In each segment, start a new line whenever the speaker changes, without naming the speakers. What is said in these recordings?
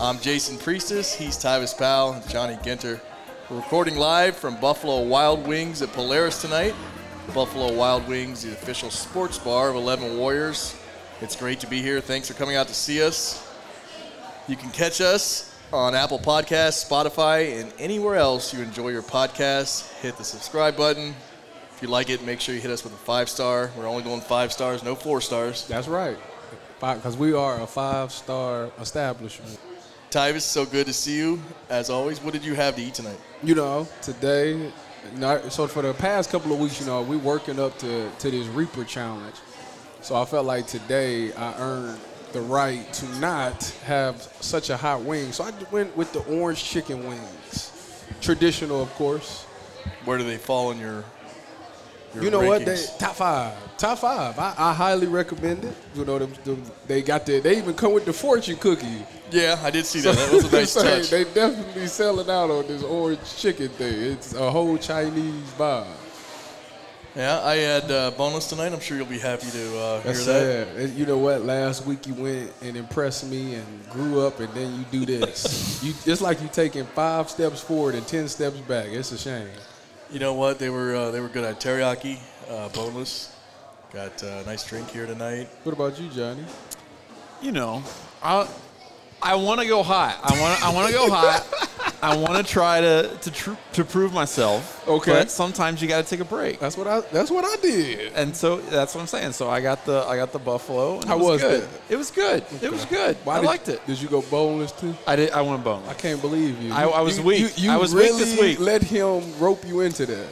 I'm Jason Priestis. He's Tyvis Powell and Johnny Ginter. We're recording live from Buffalo Wild Wings at Polaris tonight. Buffalo Wild Wings, the official sports bar of 11 Warriors. It's great to be here. Thanks for coming out to see us. You can catch us on Apple Podcasts, Spotify, and anywhere else you enjoy your podcasts. Hit the subscribe button. If you like it, make sure you hit us with a five star. We're only going five stars, no four stars.
That's right. Because we are a five star establishment.
Tyvis, so good to see you. As always, what did you have to eat tonight?
You know, today, not, so for the past couple of weeks, you know, we working up to, to this Reaper challenge. So I felt like today I earned the right to not have such a hot wing. So I went with the orange chicken wings. Traditional, of course.
Where do they fall in your, your
You know what? They,
rankings?
top five. Top five. I, I highly recommend it. You know, them, them, they got the, they even come with the fortune cookie.
yeah, I did see that. That was a nice
So,
touch.
They definitely selling out on this orange chicken thing. It's a whole Chinese vibe.
Yeah, I had uh, boneless tonight. I'm sure you'll be happy to uh, hear
That's
that.
sad. And You know what? Last week you went and impressed me and grew up, and then you do this. you, it's like you taking five steps forward and ten steps back. It's a shame.
You know what? They were uh, they were good at teriyaki, uh, boneless. Got uh, a nice drink here tonight.
What about you, Johnny?
you know, I I want to go hot. I want I want to go hot. I want to try to to tr- to prove myself.
Okay.
But sometimes you got to take a break.
That's what I. That's what I did.
And so that's what I'm saying. So I got the I got the buffalo. And
How
it
was
was, good.
that?
It was good. It was good. I
did-
liked it.
Did you go boneless too?
I did. I went bone.
I can't believe you.
I- I was
You-
weak.
You, you
I was
really
weak this week.
Let him rope you into that.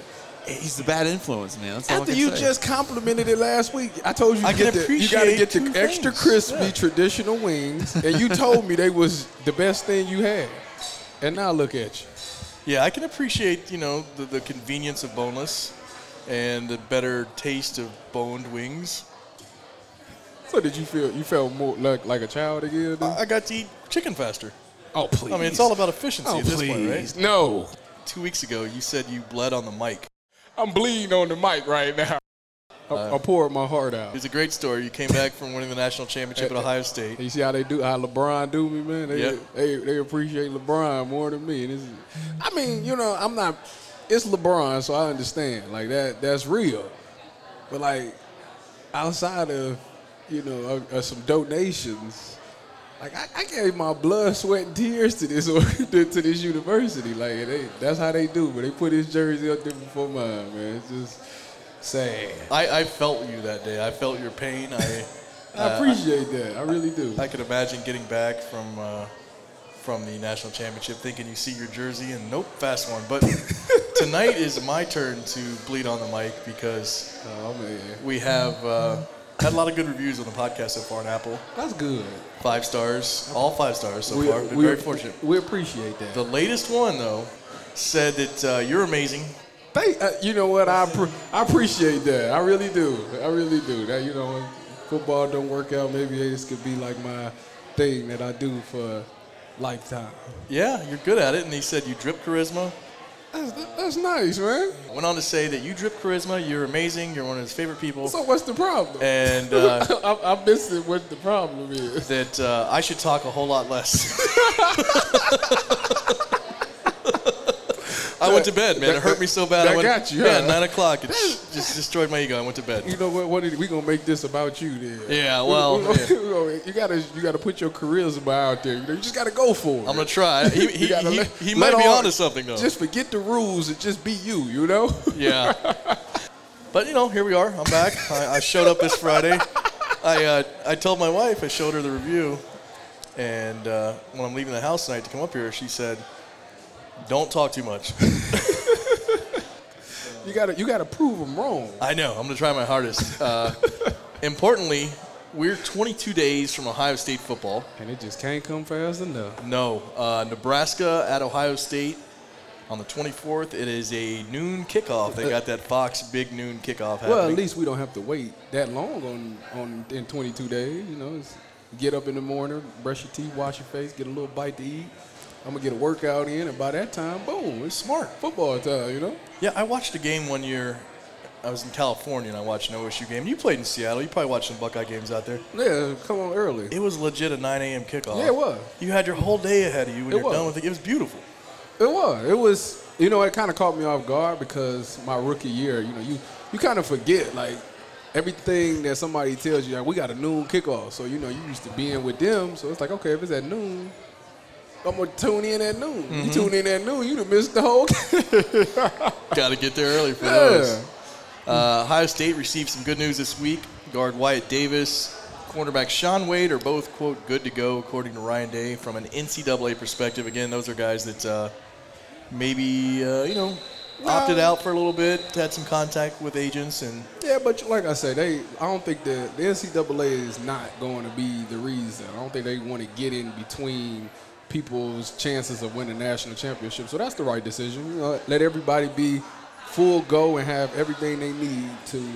He's the bad influence, man. That's all I
After
can
you
say.
just complimented it last week, I told you
I
to
can
get the, you gotta
appreciate
get the
two
extra
things.
crispy
Yeah.
traditional wings, and you told me they was the best thing you had. And now look at you.
Yeah, I can appreciate you know the, the convenience of boneless and the better taste of boned wings.
So did you feel you felt more like like a child again?
I I got to eat chicken faster.
oh please.
I mean, it's all about efficiency
oh
at this
please.
point, right?
No,
Two weeks ago, you said you bled on the mic.
I'm bleeding on the mic right now. I, I poured my heart out.
It's a great story. You came back from winning the national championship at Ohio State.
You see how they do how LeBron do me, man. They
Yeah.
they, they appreciate LeBron more than me. And it's, I mean, you know, I'm not. It's LeBron, so I understand. Like that, that's real. But like outside of you know uh, uh, some donations, like I, I gave my blood, sweat, and tears to this or- to to this university. Like they, that's how they do. But they put his jersey up there before mine, man. It's just sad.
I, I felt you that day. I felt your pain. I
I appreciate that. I really do.
I could imagine getting back from uh, from the national championship, thinking you see your jersey and nope, fast one. But tonight is my turn to bleed on the mic because
oh man,
we have uh, had a lot of good reviews on the podcast so far on Apple.
that's good.
Five stars, all five stars so far. Been very fortunate.
We appreciate that.
The latest one though said that uh, you're amazing.
Thank- uh, you know what? I appre- I appreciate that. I really do. I really do. That you know, when football don't work out, maybe this could be like my thing that I do for a lifetime.
Yeah, you're good at it. And he said you drip charisma.
That's, that's nice, man.
Went on to say that you drip charisma. You're amazing. You're one of his favorite people.
So what's the problem?
And uh,
I, I'm missing what the problem is.
that uh, I should talk a whole lot less. I went to bed, man. It hurt me so bad. I
That
went,
got you,
Yeah,
huh?
nine o'clock. It just destroyed my ego. I went to bed.
You know what? What did, we gonna make this about you then?
Yeah,
We-
well,
we- we gonna- you gotta you gotta put your charisma out there. You, know, you just gotta go for it.
I'm gonna try. He, he,
You gotta
he,
let-
he
let
might be
all-
onto something though.
Just forget the rules and just be you. You know.
yeah. But you know, here we are. I'm back. I, I showed up this Friday. I uh, I told my wife. I showed her the review, and uh, when I'm leaving the house tonight to come up here, she said, "Don't talk too much."
You gotta you gotta prove them wrong.
I know. I'm going to try my hardest. Uh, importantly, we're 22 days from Ohio State football.
And it just can't come fast enough.
No, uh, Nebraska at Ohio State on the 24th. It is a noon kickoff. They got that Fox big noon kickoff happening.
Well, at least we don't have to wait that long on on in 22 days. You know, it's get up in the morning, brush your teeth, wash your face, get a little bite to eat. I'm gonna get a workout in, and by that time, boom, it's
smart.
football time. You know,
Yeah, I watched a game one year. I was in California and I watched an OSU game. You played in Seattle. You probably watched some Buckeye games out there.
Yeah, come on early. It
It was legit a 9 a.m. kickoff.
Yeah, it was.
You had your whole day ahead of you when
It
you're
was.
done with it. It was beautiful.
was. It was. You know, it kind of caught me off guard because my rookie year, you know, you you kind of forget like everything that somebody tells you. Like we got a noon kickoff, so you know you used to being with them. So it's like, okay, if it's at noon, I'm gonna tune in at noon. You tune in at noon, you done missed the whole. game.
Got to get there early for
Yeah.
those. Uh, Ohio State received some good news this week. Guard Wyatt Davis, cornerback Sean Wade are both, quote, good to go, according to Ryan Day, from an NCAA perspective. Again, those are guys that uh, maybe, uh, you know, opted out for a little bit, had some contact with agents, and
Yeah, but like I said, they I don't think the the NCAA is not going to be the reason. I don't think they want to get in between people's chances of winning national championship. So that's the right decision. You know, let everybody be full go and have everything they need to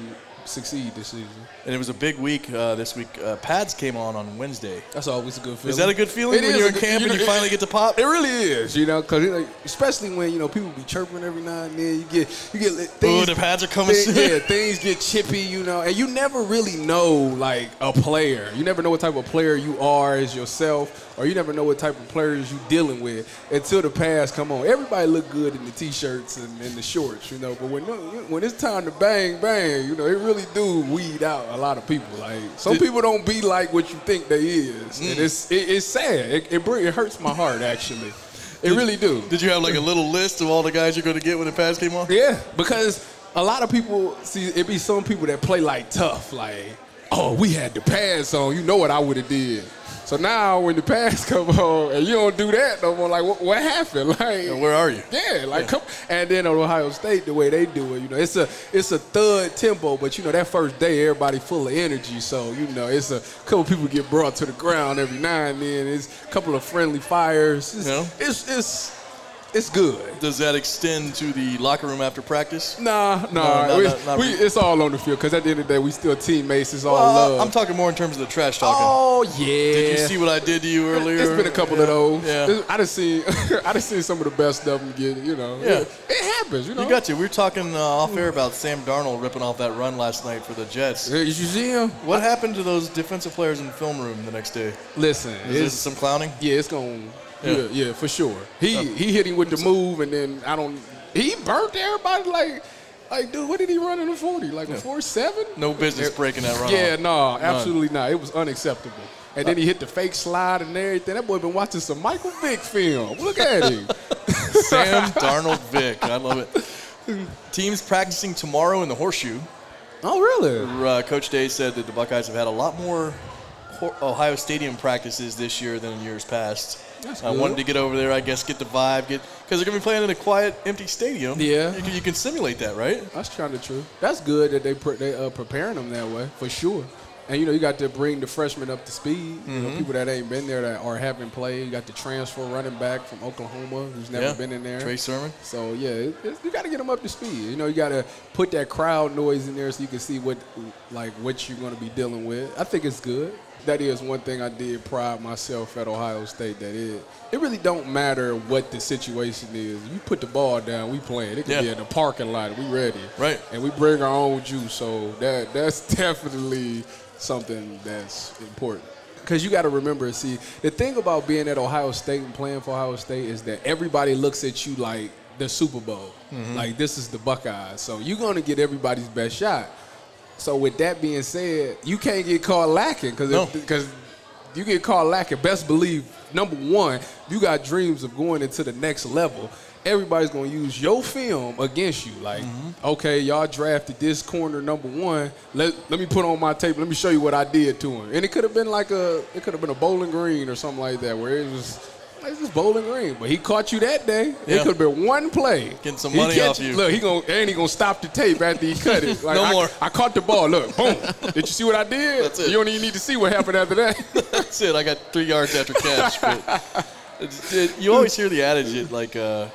succeed this season.
and it was a big week uh, this week. Uh, pads came on on Wednesday.
That's always a good feeling.
Is that a good feeling
It
when
is
you're
a
in
good-
camp
know,
and you
it-
finally get to pop?
It really is, you know, because especially when you know people be chirping every now and then. You get you get li-
Ooh,
things.
the pads are coming
thi-
soon.
yeah, things get chippy, you know, and you never really know like a player. You never know what type of player you are as yourself, or you never know what type of players you dealing with until the pads come on. Everybody look good in the t-shirts and, and the shorts, you know, but when when it's time to bang bang, you know, it really do weed out a lot of people. Like some people don't be like what you think they is,
Mm.
and it's it, it's sad. It it, bring, it hurts my heart actually. It really do.
Did you have like a little list of all the guys you're going to get when the pads came on?
Yeah, because a lot of people see it be some people that play like tough, like oh we had the pads on, you know what I would have did. So now when the pads come on and you don't do that no more, like what, what happened? Like
Where are you?
yeah, like come and then on Ohio State the way they do it, you know it's a it's a thud tempo, but you know that first day everybody full of energy, so you know it's a couple people get brought to the ground every now and then. It's a couple of friendly fires. It's
Yeah.
it's, it's it's good.
Does that extend to the locker room after practice?
Nah, nah.
No, no,
we,
no, not
we-
really.
it's all on the field because at the end of the day, we still teammates. It's all
Well,
love.
Uh, I'm talking more in terms of the trash talking.
oh yeah.
Did you see what I did to you earlier?
It's been a couple of those.
Yeah.
It's- I done seen, I done seen some of the best of them get. You know,
Yeah.
it, it happens. You know,
You got you. We were talking uh, off air about Sam Darnold ripping off that run last night for the Jets.
Did you see him?
What happened to those defensive players in the film room the next day?
Listen,
Is
it's-
this some clowning?
yeah, it's going.
Yeah.
Yeah. yeah, for sure. He he hit him with the move, and then I don't. He burnt everybody like, like dude, what did he run in the forty? Like a four seven?
No business breaking that run.
Yeah,
off.
no, absolutely not. It was unacceptable. And then he hit the fake slide and everything. That boy been watching some Michael Vick film. Look at him.
Sam Darnold Vick. I love it. Teams practicing tomorrow in the horseshoe.
oh, really?
Uh, Coach Day said that the Buckeyes have had a lot more Ho- Ohio Stadium practices this year than in years past.
That's
I
good.
wanted to get over there, I guess, get the vibe, get because they're gonna be playing in a quiet, empty stadium.
Yeah.
you can, you can simulate that, right?
That's kind of true. That's good that they pre- they uh, preparing them that way for sure. And you know you got to bring the freshmen up to speed. You know people that ain't been there that or haven't played. You got the transfer running back from Oklahoma who's never
Yeah.
been in there.
Trey Sermon.
So yeah, it, it's, you got to get them up to speed. You know, you got to put that crowd noise in there so you can see what, like, what you're going to be dealing with. I think it's good. That is one thing I did pride myself at Ohio State. That it, it really don't matter what the situation is. You put the ball down, we playing. It could be
Yeah.
in the parking lot. We ready.
Right.
And we bring our own juice. So that that's definitely something that's important. Because you got to remember, see, the thing about being at Ohio State and playing for Ohio State is that everybody looks at you like the Super Bowl. Like, this is the Buckeyes. So you're going to get everybody's best shot. So with that being said, you can't get caught lacking because
No.
because you get caught lacking. Best believe, number one, you got dreams of going into the next level. Everybody's gonna use your film against you. Like,
Mm-hmm.
okay, y'all drafted this corner number one. Let let me put on my tape. Let me show you what I did to him. And it could have been like a it could have been a Bowling Green or something like that where it was. It's just Bowling Green, but he caught you that day.
Yeah.
It could have been one play.
Getting some
He
money
catch-
off you.
Look, he gonna and he gonna stop the tape after he cut it. Like,
No
I-
more.
I caught the ball. Look, boom. Did you see what I did?
That's it.
You don't even need to see what happened after that.
That's it. I got three yards after catch. But it's- it- you always hear the adage that like uh,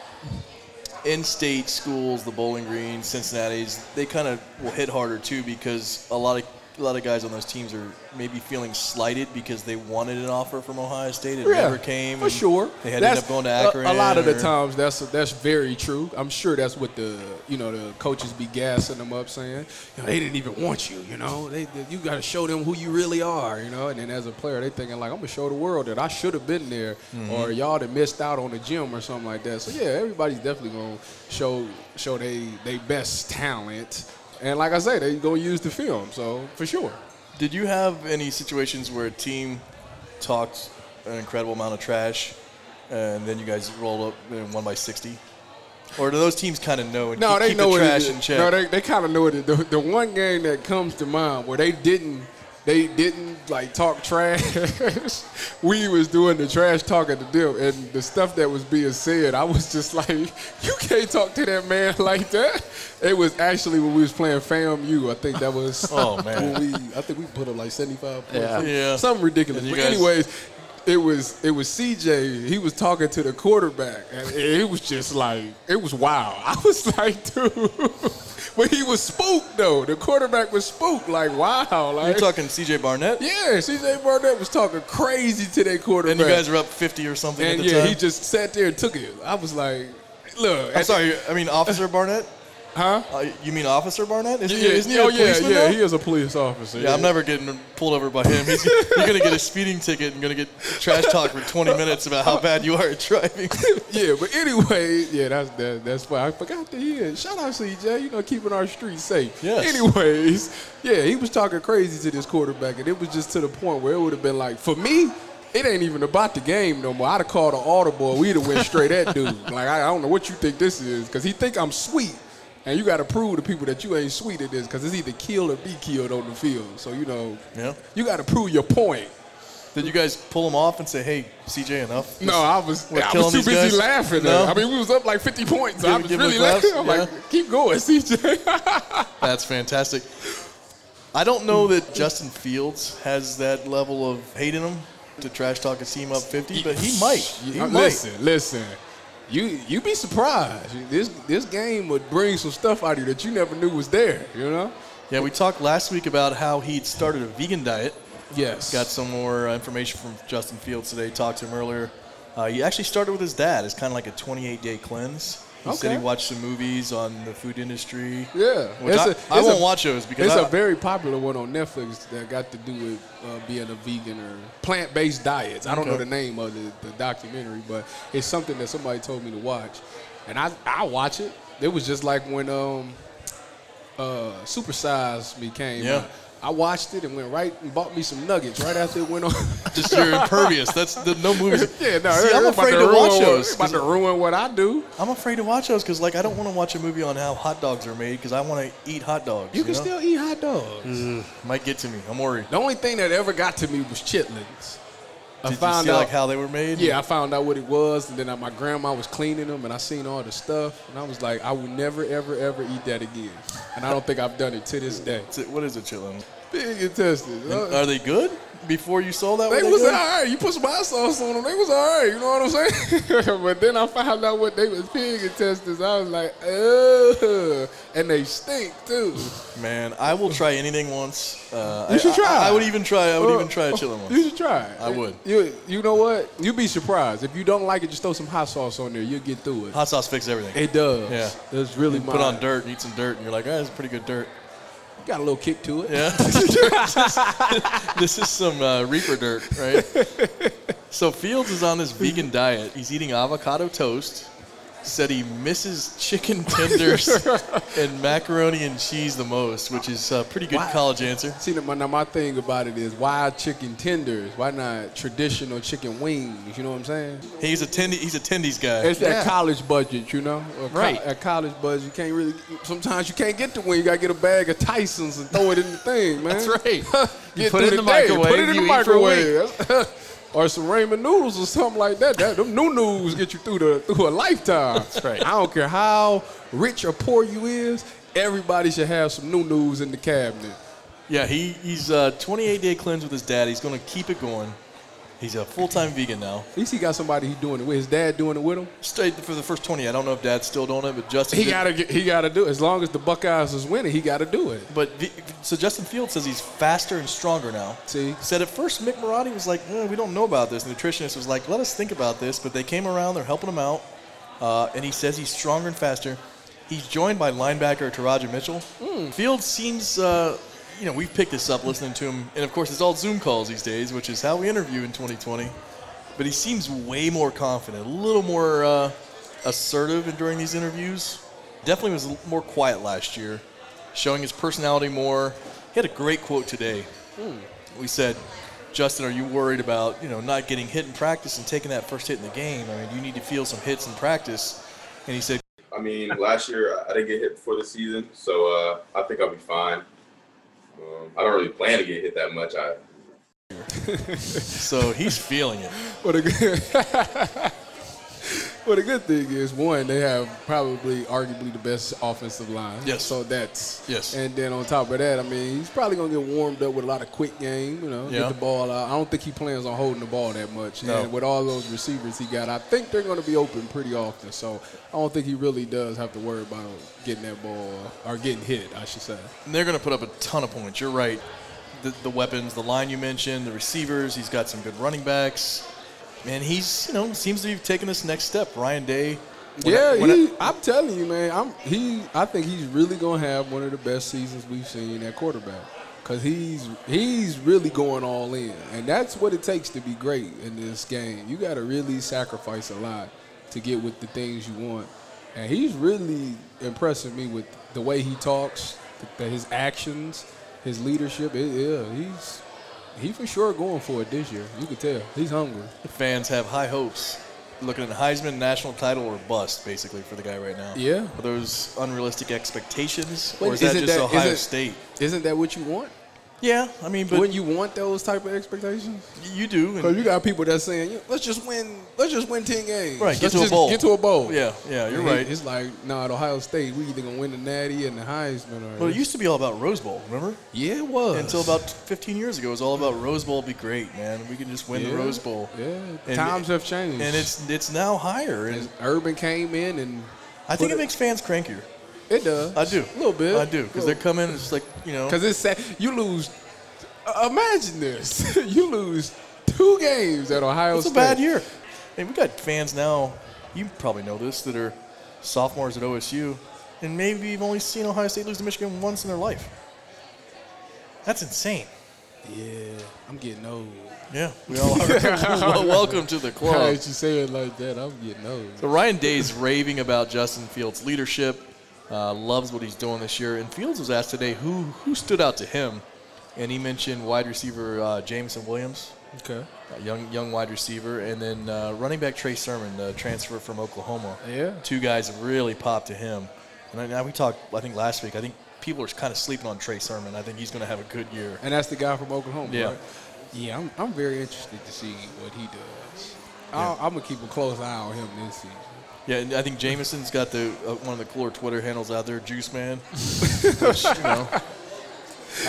in-state schools, the Bowling Green, Cincinnati's, they kind of will hit harder too because a lot of a lot of guys on those teams are maybe feeling slighted because they wanted an offer from Ohio State. It
Yeah,
never came.
for
and
sure.
They had ended
That's-
up going to
a-
Akron.
A, lot of the
or-
times, that's that's very true. I'm sure that's what the you know the coaches be gassing them up, saying you know, they didn't even want you. You know, they, they- you got to show them who you really are. You know, and then as a player, they thinking like I'm gonna show the world that I should have been there,
Mm-hmm.
or y'all that missed out on the gym or something like that. So yeah, everybody's definitely gonna show show they they best talent, and like I say, they gonna use the film. So for sure.
Did you have any situations where a team talked an incredible amount of trash, and then you guys rolled up and won by sixty? Or do those teams kind of know and
No,
keep,
they
keep
know
the
what
trash
it
in
is.
check?
No, they, they kind of know what it. The, the one game that comes to mind where they didn't they didn't like talk trash. we was doing the trash talk at the deal, and the stuff that was being said, I was just like, "You can't talk to that man like that." It was actually when we was playing FAMU. I think that was.
Oh, man.
when we, I think we put up like seventy five points.
Yeah.
Something-
Yeah.
something ridiculous.
And you
But
guys-
anyway anyways, it was it was CJ. He was talking to the quarterback, and it was just like it was wild. I was like, dude, but he was spooked though. The quarterback was spooked, like wow,
You're
like
talking C.J. Barnett,
yeah. CJ Barnett was talking crazy to that
and
quarterback,
you guys are up fifty or something
and
at the
yeah,
time.
he just sat there and took it. I was like, look,
I'm
at-
sorry, I mean Officer Barnett.
huh?
Uh, you mean Officer Barnett? Isn't he, isn't he
oh
a
yeah,
policeman
yeah.
now?
He is a police officer.
Yeah, I'm never getting pulled over by him. He's, you're gonna get a speeding ticket and gonna get trash talk for 20 minutes about how bad you are at driving.
yeah, but anyway, yeah, that's that, that's why I forgot to hear. Shout out CJ, you know, keeping our streets safe.
Yes.
Anyways, yeah, he was talking crazy to this quarterback, and it was just to the point where it would have been like, for me, it ain't even about the game no more. I'd have called an audible. We'd have went straight at dude. Like I, I don't know what you think this is, because he think I'm sweet. And you got to prove to people that you ain't sweet at this, because it's either kill or be killed on the field. So you know,
Yeah.
you got to prove your point.
Did you guys pull him off and say, "Hey, CJ, enough"?
No, I was
What,
I
killing
was too
these
busy
guys?
laughing.
No?
I mean, we was up like 50 points.
Give-
I was
give him
really
a glass?
laughing. I'm
Yeah.
like, keep going, CJ.
That's fantastic. I don't know that Justin Fields has that level of hate in him to trash talk a team up 50, but he might. He
Uh,
might.
listen, listen. You you be surprised. This this game would bring some stuff out of you that you never knew was there. You know?
Yeah, we talked last week about how he'd started a vegan diet.
Yes.
Got some more uh, information from Justin Fields today. Talked to him earlier. Uh, he actually started with his dad. It's kind of like a 28 day cleanse. He said he
Okay.
watched some movies on the food industry.
Yeah.
Which
It's
I,
a-
I
it's
won't
a-
watch those because
It's
I,
a very popular one on Netflix that got to do with uh, being a vegan or plant-based diets. I don't know
Okay.
the name of the, the documentary, but it's something that somebody told me to watch, and I I watch it. It was just like when um uh Super Size Me came.
Yeah.
out. I watched it and went right and bought me some nuggets right after it went on.
just you're impervious. That's the, no movies.
yeah, no,
See,
they're
I'm
about
afraid to
ruin
watch
what-
those.
About
'cause
to ruin what I do.
I'm afraid to watch those because like I don't want to watch a movie on how hot dogs are made because I want to eat hot dogs.
You can
know?
still eat hot dogs.
might get to me. I'm worried.
Mm-hmm. The only thing that ever got to me was chitlins. I
Did you see like how they were made?
Yeah, I found out what it was, and then I, my grandma was cleaning them, and I seen all the stuff, and I was like, I will never, ever, ever eat that again. And I don't think I've done it to this day.
Is it- What is it, chitlin?
Big intestines.
And
Uh,
Are they good? Before you saw that,
They
were
was all
good?
right. You put some hot sauce on them, they was all right. You know what I'm saying? but then I found out what they was pig intestines. I was like, ugh. And they stink, too.
Man, I will try anything once. Uh,
You
I-
should
I-
try.
I, would even try. I would even try a
Uh,
chillin'
You
one.
should try. it.
I would.
You, you know what? You'd be surprised. If you don't like it, just throw some hot sauce on there. You'll get through it.
Hot sauce fixes everything.
It does.
Yeah.
It's really
Put on dirt and eat some dirt, and you're like, ah, that's pretty good dirt.
Got a little kick to it.
Yeah. this is some uh, Reaper dirt, right? so Fields is on this vegan diet. He's eating avocado toast. Said he misses chicken tenders and macaroni and cheese the most, which is a pretty good
Wow.
college answer.
See, now my, now my thing about it is why chicken tenders? Why not traditional chicken wings? You know what I'm saying?
He's a tendy, he's a tendies guy.
It's that college budget, you know? A co-
Right.
A college budget, you can't really, sometimes you can't get the wing. You got to get a bag of Tyson's and throw it in the thing, man.
That's right. You
Get
put it
through
in the
day. Put
microwave,
it in the
you eat for a
microwave. or some ramen noodles or something like that. that them new noodles get you through the through a lifetime. That's
right.
I don't care how rich or poor you is, everybody should have some new noodles in the cabinet.
uh, Yeah, he, he's a 28 day cleanse with his dad. He's going to keep it going. He's a full time vegan now.
At least he got somebody he doing it with. His dad doing it with him.
Stayed for the first 20. I don't know if dad's still doing it, but Justin.
He
did-
gotta get- he gotta do it. As long as the Buckeyes is winning, he gotta do it.
But the, so Justin Fields says he's faster and stronger now.
See?
said at first Mick Marotti was like, eh, "We don't know about this." The nutritionist was like, "Let us think about this." But they came around; they're helping him out, uh, and he says he's stronger and faster. He's joined by linebacker Taraja Mitchell. Fields seems, uh, you know, we've picked this up listening to him, and of course it's all Zoom calls these days, which is how we interview in 2020. But he seems way more confident, a little more uh, assertive in- during these interviews. Definitely was l- more quiet last year, showing his personality more. He had a great quote today. We said, Justin, are you worried about you know not getting hit in practice and taking that first hit in the game? I mean, you need to feel some hits in practice. And he said,
I mean, last year I didn't get hit before the season, so uh, I think I'll be fine. Um, I don't really plan to get hit that much. I
so he's feeling it.
What a good. Well, the good thing is, one, they have probably arguably the best offensive line.
Yes.
So that's
Yes.
And then on top of that, I mean, he's probably gonna get warmed up with a lot of quick game. You know,
Yeah.
get the ball out. I don't think he plans on holding the ball that much.
No.
And with all those receivers he got, I think they're gonna be open pretty often. So I don't think he really does have to worry about getting that ball or getting hit. I should say.
And they're going to put up a ton of points. You're right. The, the weapons, the line you mentioned, the receivers. He's got some good running backs. Man, he's you know seems to be taking this next step. Ryan Day. when I-
yeah,
when I-
he, I, am telling you, man. I'm he. I think he's really gonna have one of the best seasons we've seen at quarterback because he's he's really going all in, and that's what it takes to be great in this game. You got to really sacrifice a lot to get with the things you want, and he's really impressing me with the way he talks, the, his actions, his leadership. It, yeah, he's he for sure going for it this year. You can tell he's hungry.
fans have high hopes. Looking at Heisman national title or bust, basically for the guy right now.
Yeah.
Are those unrealistic expectations,
But
or is that
isn't
just
that-
Ohio
isn't-
State?
Isn't that what you want?
Yeah, I mean, but
Wouldn't you want those type of expectations?
you do.
Because
And,
Oh, you got people that's saying, "Yeah, let's just win, let's just win ten games,
right, get
Let's
to a
just
bowl.
get to a bowl."
Yeah, yeah, you're
And
right.
It's like, nah, at Ohio State, we either gonna win the Natty and the Heisman, or
Well, it used to be all about Rose Bowl, remember?
yeah, it was
Until about 15 years ago, it was all about Rose Bowl. Be great, man. We can just win
Yeah,
the Rose Bowl.
Yeah,
And-
times have changed,
And it's it's now higher, and
And Urban came in, and
I think
put
it makes fans crankier.
it does.
I do
a little bit.
I do because they're coming. It's like you know.
because it's sad. You lose. uh, Imagine this: you lose two games at Ohio
It's a
State.
bad year. And we got fans now, you probably know this, that are sophomores at OSU, and maybe you've only seen Ohio State lose to Michigan once in their life. That's insane.
Yeah, I'm getting old.
Yeah, we all are. Well, welcome to the
Now
club.
that you say it like that, I'm getting old.
So Ryan Day's raving about Justin Fields' leadership, uh, loves what he's doing this year. And Fields was asked today who who stood out to him, and he mentioned wide receiver uh, Jameson Williams,
Okay.
a young young wide receiver, and then uh, running back Trey Sermon, the transfer from Oklahoma.
Yeah.
two guys have really popped to him. And I, now we talked, I think last week. I think people are kind of sleeping on Trey Sermon. I think he's going to have a good year.
And that's the guy from Oklahoma,
Yeah.
right? Yeah, I'm, I'm very interested to see what he does. I'll, I'm gonna keep a close eye on him this season.
Yeah, and I think Jameson's got the uh, one of the cooler Twitter handles out there, Juice Man. which, you know,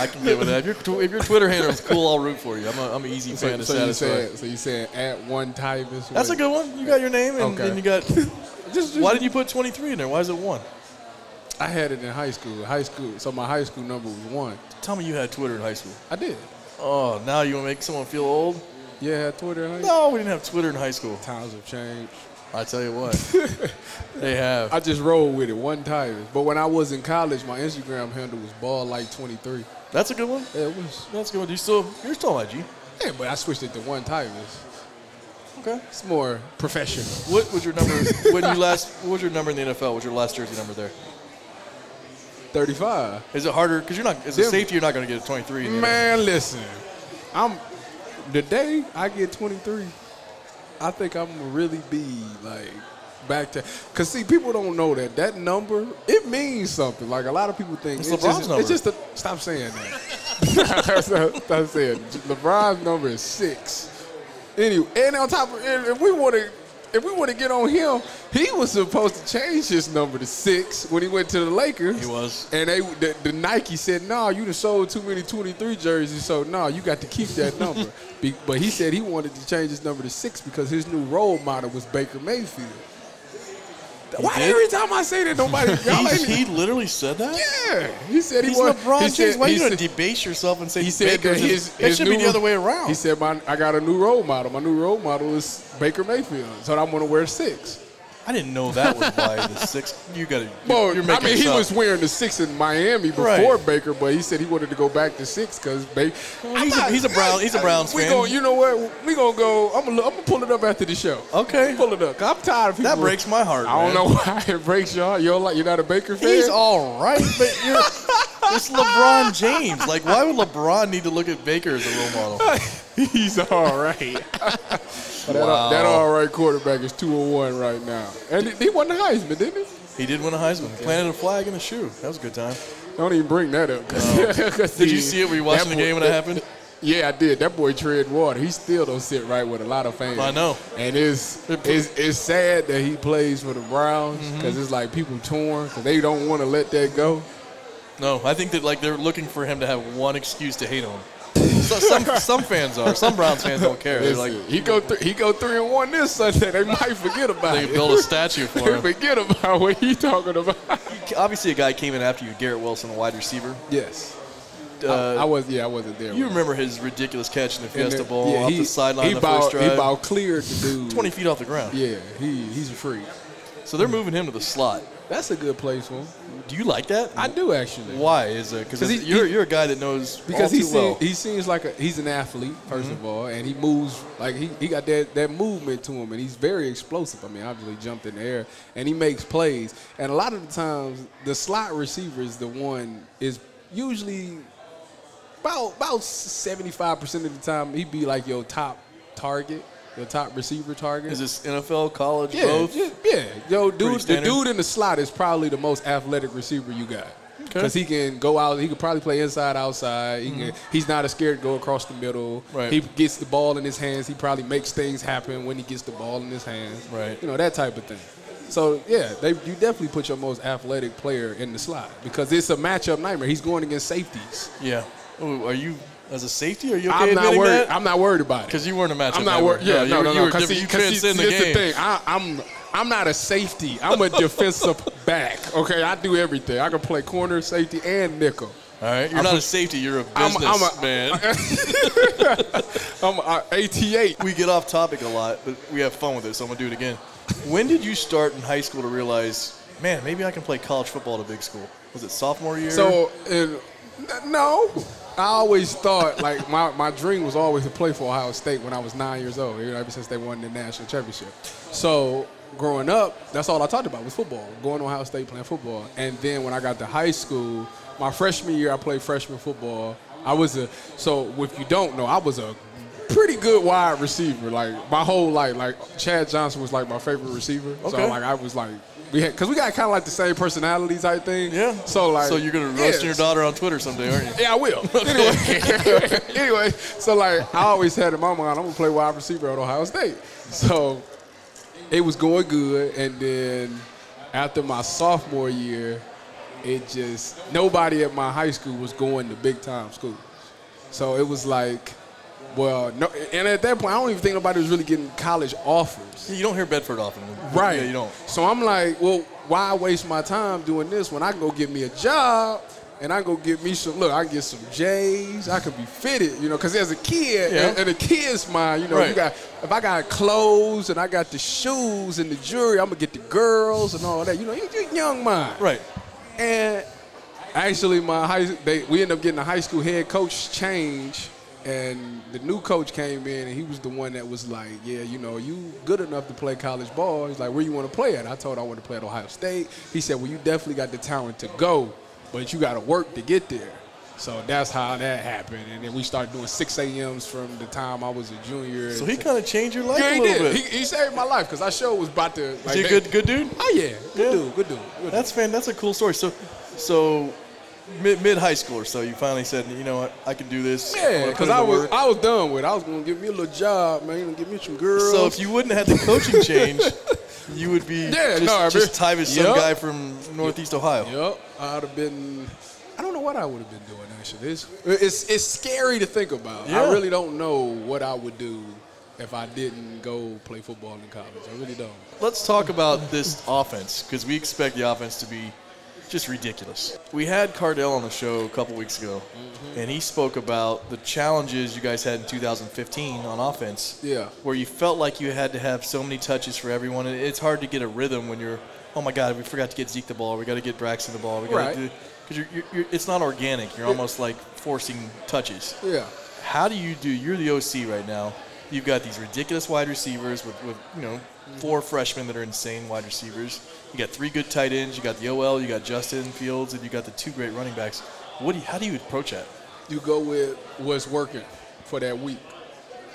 I can get with that. If your, tw- if your Twitter handle is cool, I'll root for you. I'm, a, I'm an easy fan to
you
satisfy.
said, so you said at one Tyvus.
That's a
with-
good one. You got your name, and,
Okay.
and you got.
Just, just,
Why did you put 23 in there? Why is it one?
I had it in high school. High school. So my high school number was one.
Tell me you had Twitter in high school.
I did.
Oh, now you want to make someone feel old?
Yeah, I had Twitter. in High
No, we didn't have Twitter in high school.
Times have changed.
I tell you what, they have.
I just rolled with it one Tyvus. But when I was in college, my Instagram handle was ball like 23.
That's a good one.
Yeah, it was.
That's a good. one. You still you're still on IG.
Yeah, but I switched it to one Tyvus.
Okay.
It's more professional.
What was your number when you last? What was your number in the NFL? What was your last jersey number there?
35.
Is it harder? Because you're not as a
Denver.
safety, you're not going to get a 23. in the NFL.
Man, listen. I'm the day I get 23, I think I'm gonna really be like back to. Cause see, people don't know that that number it means something. Like a lot of people think
It's LeBron's
just,
number.
It's just a stop saying that. stop, stop saying. it. LeBron's number is six. Anyway, and on top of and if we want to if we would have get on him, he was supposed to change his number to six when he went to the Lakers.
He was.
And they the, the Nike said, "No, nah, you done sold too many 23 jerseys, so no, nah, you got to keep that number." Be, but he said he wanted to change his number to six because his new role model was Baker Mayfield. Why
did?
every time I say that, nobody y'all ain't,
He, he literally said that.
yeah, he said he
He's
wanted.
LeBron
he
James.
said-
Why
he
you gonna
said-
debase yourself and say
he said
Baker's
that his,
It
his
should be
new-
the other way around.
He said, "My I got a new role model. My new role model is Baker Mayfield, so I'm going to wear six.
I didn't know that was why the six. You gotta.
Well,
you're
I
making
mean,
this
he
up.
was wearing the six in Miami before
Right.
Baker, but he said he wanted to go back to six because Baker.
he's a- he's a Brown- he's a Browns
we
fan.
Gonna, you know what? We gonna go. I'm gonna, I'm gonna pull it up after the show.
Okay.
pull it up. 'cause I'm tired of people.
That breaks my heart.
I
man.
don't know why it breaks y'all. You're like you're not a Baker fan.
He's all right, but you're. It's LeBron James. Like, why would LeBron need to look at Baker as a role model?
He's all right. that,
Wow.
that all right quarterback is 201 right now, and he he won the Heisman, didn't he?
He did win a Heisman. Planted a flag and a shoe. That was a good time.
Don't even bring that up. 'cause- 'cause
Did you
he-
see it? Were you watching the
boy-
game when it happened?
Yeah, I did. That boy tread water. He still don't sit right with a lot of fans.
I know.
And it's it's, it's sad that he plays for the Browns
Mm-hmm.
because it's like people torn because they don't want to let that go.
No, I think that like they're looking for him to have one excuse to hate on him. So, some some fans are. Some Browns fans don't care. They're like
Listen, he go th- he go three and one this Sunday. They might forget about
they
it.
build a statue for
they
him.
forget about what he talking about.
Obviously, a guy came in after you, Garrett Wilson, a wide receiver.
yes, I, I
Uh,
was. Yeah, I wasn't there.
you remember his ridiculous catch in the Fiesta
And, uh,
Bowl
yeah,
off
he-
the sideline
He
the
about
first
he
drive,
about cleared the dude.
twenty feet off the ground.
Yeah, he he's a freak.
So they're moving him to the slot.
That's a good place for him.
Do you like that?
I do actually.
Why is it?
'Cause
Because
he-
you're
he-
you're a guy that knows all
because he
too
seems
well. Mm-hmm.
he seems like a he's an athlete 1st of all, and he moves like he, he got that, that movement to him, and he's very explosive. I mean, obviously he jumped in the air, and he makes plays. And a lot of the times, the slot receiver is the one is usually about about seventy five percent of the time he'd be like your top target, your top receiver target.
Is this NFL, college,
yeah,
both?
yeah, yeah. Yo, dude, the
standard.
dude in the slot is probably the most athletic receiver you got.
Okay.
Because he can go out, he can probably play inside, outside. He can, he's not as scared to go across the middle.
Mm-hmm. Right.
He gets the ball in his hands. He probably makes things happen when he gets the ball in his hands.
Right.
You know that type of thing. So yeah, they, you definitely put your most athletic player in the slot because it's a matchup nightmare. He's going against safeties.
Yeah. Ooh, are you as a safety? Are you okay
I'm not
admitting
worried.
that?
I'm not worried about it.
Because you weren't a matchup.
I'm not
network.
worried. Yeah,
you
no,
were-
no,
you
no.
were
'cause
different.
see-
you
'cause see,
transcend the
this
game.
thing. I, I'm I'm not a safety. I'm a defensive back. Okay, I do everything. I can play corner, safety, and nickel.
All right, you're not a safety. You're a
I'm-
business
I'm a-
man.
I'm uh, a 88.
we get off topic a lot, but we have fun with it, so I'm gonna do it again. When did you start in high school to realize, man, maybe I can play college football at a big school? Was it sophomore year?
So and, n- no, I always thought like my, my dream was always to play for Ohio State when I was nine years old. You know, ever since they won the national championship. So growing up, that's all I talked about was football. Going to Ohio State playing football, and then when I got to high school, my freshman year, I played freshman football. I was a so if you don't know, I was a pretty good wide receiver. Like my whole life, like Chad Johnson was like my favorite receiver.
Okay.
So like I was like. We had, cause we got kind of like the same personality type thing.
yeah.
So like,
so you're gonna roast
yeah.
your daughter on Twitter someday, aren't you?
Yeah, I will. anyway, anyway, so like I always had in my mind, I'm gonna play wide receiver at Ohio State. So it was going good, and then after my sophomore year, it just nobody at my high school was going to big time schools. So it was like, well, no, and at that point, I don't even think nobody was really getting college offers.
You don't hear Bedford often.
Right.
Yeah, you don't.
So I'm like, well, why waste my time doing this when I can go get me a job and I can go get me some, look, I can get some J's, I could be fitted, you know, because as a kid,
Yeah.
and, and a kid's mind, you know,
Right.
you got, if I got clothes and I got the shoes and the jewelry, I'm going to get the girls and all that, you know, you, you young mind.
Right.
And actually, my high they, we ended up getting a high school head coach change, and the new coach came in, and he was the one that was like, "Yeah, you know, you good enough to play college ball." He's like, "Where you want to play at?" I told him I want to play at Ohio State. He said, "Well, you definitely got the talent to go, but you got to work to get there." So that's how that happened, and then we started doing 6 a.m.s from the time I was a junior.
So he kind of changed your life
yeah,
a
he
little
did.
bit.
He, he saved my life because I sure was about to.
Is
like,
he a
they-
good, good dude?
Oh yeah, good
Yeah.
dude, good dude. Good dude.
That's fan. That's a cool story. So, so mid, mid high school or so, you finally said, you know what, I can do this. I wanna
Yeah,
put
because
in
I
the
was
work."
I was done with. it. I was gonna give me a little job, man. Gonna give me some girls.
So if you wouldn't have had the coaching change, you would be
Yeah,
just,
no,
just
I mean-
Tyvus, some
Yep.
guy from Northeast Ohio.
Yep, I'd have been. I don't know what I would have been doing actually. It's it's, it's scary to think about.
Yeah.
I really don't know what I would do if I didn't go play football in college. I really don't.
Let's talk about this offense because we expect the offense to be just ridiculous. We had Cardell on the show a couple weeks ago,
Mm-hmm.
and he spoke about the challenges you guys had in 2015 on offense.
Yeah.
where you felt like you had to have so many touches for everyone. and It's hard to get a rhythm when you're, oh my God, we forgot to get Zeke the ball. We got to get Braxton the ball. We got
Right.
to do because you're, you're, you're, it's not organic. You're almost like forcing touches.
Yeah.
How do you do? You're the OC right now. You've got these ridiculous wide receivers with, with you know
Mm-hmm.
four freshmen that are insane wide receivers. You got three good tight ends. You got the OL. You got Justin Fields, and you got the two great running backs. What do you, how do you approach that?
you go with what's working for that week.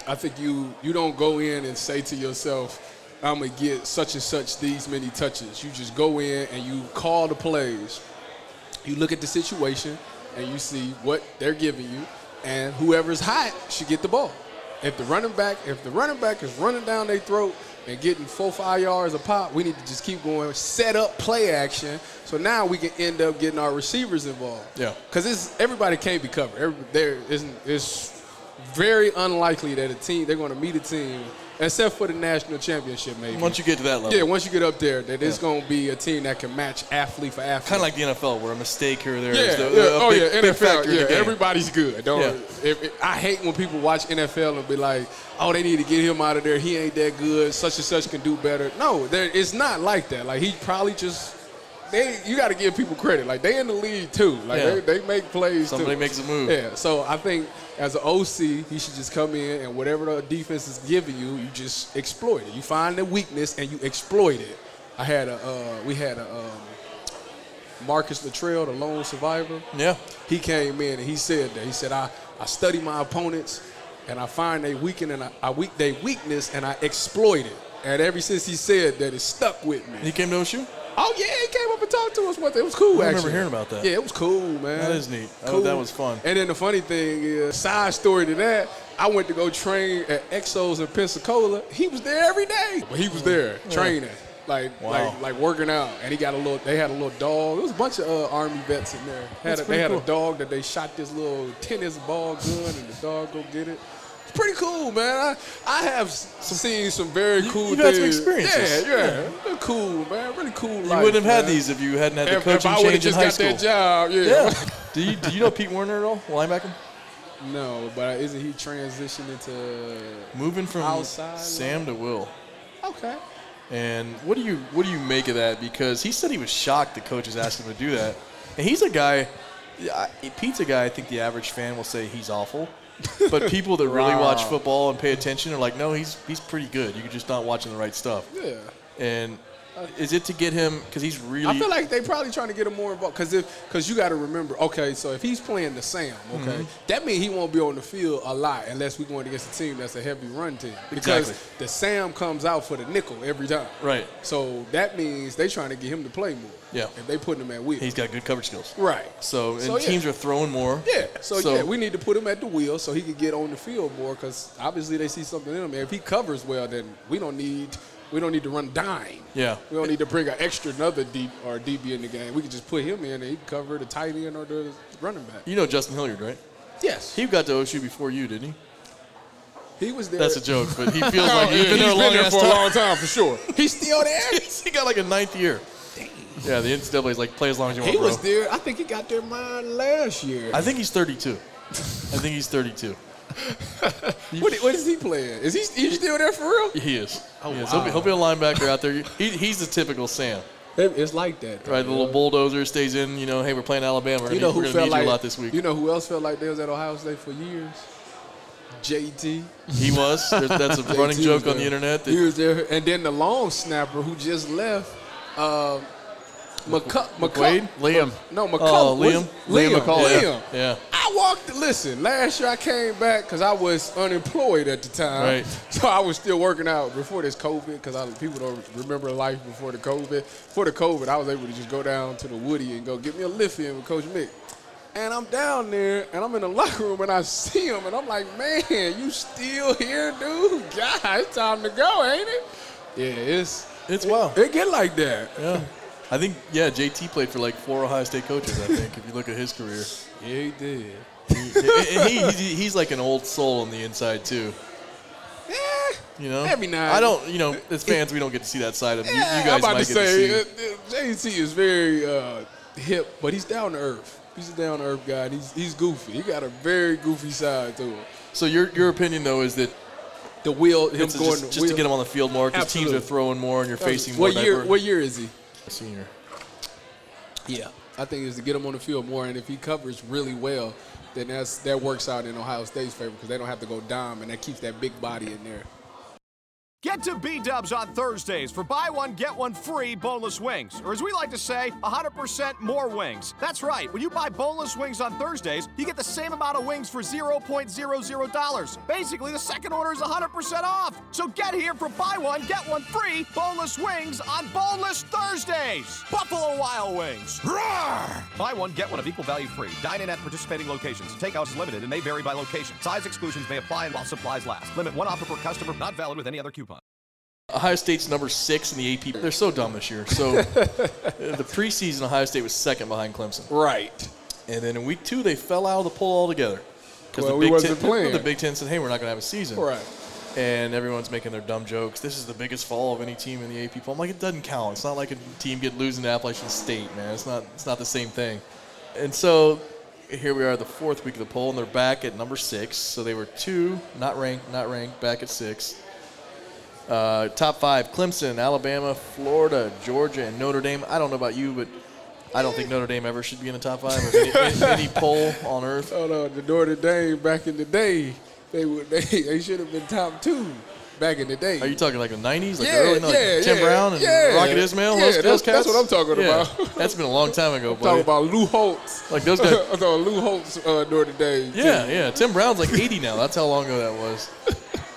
I think you you don't go in and say to yourself, "I'm gonna get such and such these many touches." You just go in and you call the plays. You look at the situation and you see what they're giving you, and whoever's hot should get the ball. If the running back if the running back is running down their throat and getting four five yards a pop, we need to just keep going, set up play action. So now we can end up getting our receivers involved.
Yeah.
Because it's everybody can't be covered. Every, there isn't. It's very unlikely that a team they're going to meet a team, except for the national championship. Maybe
Once you get to that level,
yeah, once you get up there, that it's
Yeah.
going to be a team that can match athlete for athlete.
kind of like the NFL where a mistake here or there is
yeah,
the,
yeah.
a
oh
big,
yeah,
big
NFL.
factor in the
Yeah,
game.
everybody's good. Don't.
Yeah.
If, if- I hate when people watch NFL and be like, "Oh, they need to get him out of there. He ain't that good. Such and such can do better." No, there, it's not like that. Like he probably just. They, you got to give people credit. Like they in the league too. Like
Yeah.
they, they make plays. too.
Somebody makes a move.
Yeah. So I think as an OC, he should just come in and whatever the defense is giving you, you just exploit it. You find the weakness and you exploit it. I had a uh, we had a um, Marcus Luttrell, the lone survivor
Yeah,
he came in and he said that. He said, I, I study my opponents and I find they weaken and I, I weak they weakness and I exploit it. And ever since he said that, it stuck with me.
he came to OSU.
oh yeah, he came up and talked to us one day. It was cool.
I remember
actually.
hearing about that.
Yeah, it was cool, man.
That is neat. That- that was fun.
And then the funny thing is, side story to that, I went to go train at Exos in Pensacola. He was there every day. But he was there training. Like,
Wow.
like, like working out, and he got a little. They had a little dog. There was a bunch of uh, army vets in there. Had
That's
a, they
pretty
had
cool.
a dog that they shot this little tennis ball gun, and the dog go get it. It's pretty cool, man. I, I have s- seen some very cool
you've had
things.
some experiences.
Yeah, yeah, They're cool, man. Really cool.
You wouldn't have had these if you hadn't had the
If, if
coaching
I would have
change in
just
high
got
school.
that job,
Yeah. do you do you know Pete Werner at all? Linebacker,
No, but uh, isn't he transitioning to?
moving from
Outside.
Sam to Will.
Okay.
And what do you what do you make of that? Because he said he was shocked the coaches asked him to do that, and he's a guy, I- Pete's a guy. I think the average fan will say he's awful, but people that really watch football and pay attention are like, no, he's he's pretty good. You're just not watching the right stuff.
Yeah.
And is it to get him because he's really?
I feel like they probably trying to get him more involved because if because you got to remember, okay, so if he's playing the Sam, okay,
Mm-hmm.
that means he won't be on the field a lot unless we're going against a team that's a heavy run team because
Exactly.
the Sam comes out for the nickel every time.
Right.
So that means they trying to get him to play more.
Yeah.
If they putting him at wheel.
he's got good coverage skills.
right.
So and
So, yeah.
teams are throwing more.
Yeah. So, yeah, we need to put him at the wheel so he can get on the field more because obviously they see something in him. And if he covers well, then we don't need we don't need to run dime.
Yeah.
We don't need to bring an extra another D or DB in the game. We can just put him in and he can cover the tight end or the running back.
you know Justin Hilliard, right?
Yes. He,
He got to OSU before you, didn't he?
he was there.
That's a joke, but he feels like
Oh, yeah,
he's been there a long ass
for a
time.
long time for sure. He's still there.
he got like a ninth year. Yeah, the NCAA is like play as long as you want,
he
Oh, bro.
was there. I think he got there mine last year.
I think he's 32. I think he's 32.
what, what is he playing? Is he, he still there for real?
He is.
Oh,
he is. He'll, be, he'll be a linebacker out there. He, he's the typical Sam,
It's like that. though.
right? The little bulldozer stays in. You know, hey, we're playing Alabama. We're
You
gonna
know
need- we're
who
gonna
felt
need
like
you a lot this week.
You know who else felt like they was at Ohio State for years? JT.
he was. There- That's a running
JT was
joke on
there.
the internet.
he
That,
was there, and then the long snapper who just left. Uh, McCu-
Wade,
McCu-
Liam.
No, McCullum.
oh,
was-
Liam,
Liam.
McCall.
Liam.
Yeah. yeah.
I walked. Listen, last year I came back because I was unemployed at the time,
Right.
so I was still working out before this COVID. Because people don't remember life before the COVID. Before the COVID, I was able to just go down to the Woody and go get me a lift in with Coach Mick. And I'm down there and I'm in the locker room and I see him and I'm like, man, you still here, dude? God, it's time to go, ain't it? Yeah, it's
It's wild.
it get like that.
Yeah. I think yeah, JT played for like four Ohio State coaches. I think if you look at his career,
Yeah, he did.
And- and he, he he's like an old soul on the inside too.
Yeah.
You know,
Every now and
I don't. You know, as fans, we don't get to see that side of him. You-
Yeah,
you
I'm
guys
about
might
to
get to see.
say uh, uh, JT is very uh, hip, but he's down to earth. He's a down to earth guy. And he's he's goofy. He got a very goofy side to him.
So your your opinion though is that
The wheel, him
it's
going
just,
the
just to
wheel-
get him on the field more because teams
Absolutely.
are throwing more and you're facing more.
What year?
diver-
What year is he?
senior?
Yeah, I think it's to get him on the field more, and if he covers really well, then that's that works out in Ohio State's favor because they don't have to go dime, and that keeps that big body in there.
Get to B Dubs on Thursdays for buy one, get one free boneless wings. Or as we like to say, 100% more wings. That's right, when you buy boneless wings on Thursdays, you get the same amount of wings for $0.00. Basically, the second order is 100% off. So get here for buy one, get one free boneless wings on Boneless Thursdays. Buffalo Wild Wings. Roar! Buy one, get one of equal value free. Dine in at participating locations. Takeout is limited and may vary by location. Size exclusions may apply and while supplies last. Limit one offer per customer, not valid with any other coupon.
Ohio State's number six in the AP. They're so dumb this year. So uh, the preseason, Ohio State was second behind Clemson,
Right.
and then in week two they fell out of the poll altogether. 'Cause
Well,
the
we
Big
wasn't
Ten,
playing.
The Big Ten said, "Hey, we're not going to have a season."
Right.
and everyone's making their dumb jokes. This is the biggest fall of any team in the AP poll. I'm like, it doesn't count. It's not like a team get losing to Appalachian State, man. It's not. It's not the same thing. And so here we are, the fourth week of the poll, and they're back at number six. So they were two, not ranked, not ranked, back at six. Uh, top five: Clemson, Alabama, Florida, Georgia, and Notre Dame. I don't know about you, but I don't think Notre Dame ever should be in the top five of any, any, any poll on earth.
Oh no, the Notre Dame back in the day, they would they, they should have been top two back in the day.
Are you talking like the 90s? Like the early, like Tim Brown and
yeah.
Rocket Ismail?
Yeah,
those, those
that's, that's
cats?
what I'm talking
Yeah.
about.
that's been a long time ago, buddy.
Talking about Lou Holtz.
Like those guys-
I'm talking Lou Holtz uh, Notre Dame.
yeah, yeah. Tim Brown's like 80 now. That's how long ago that was.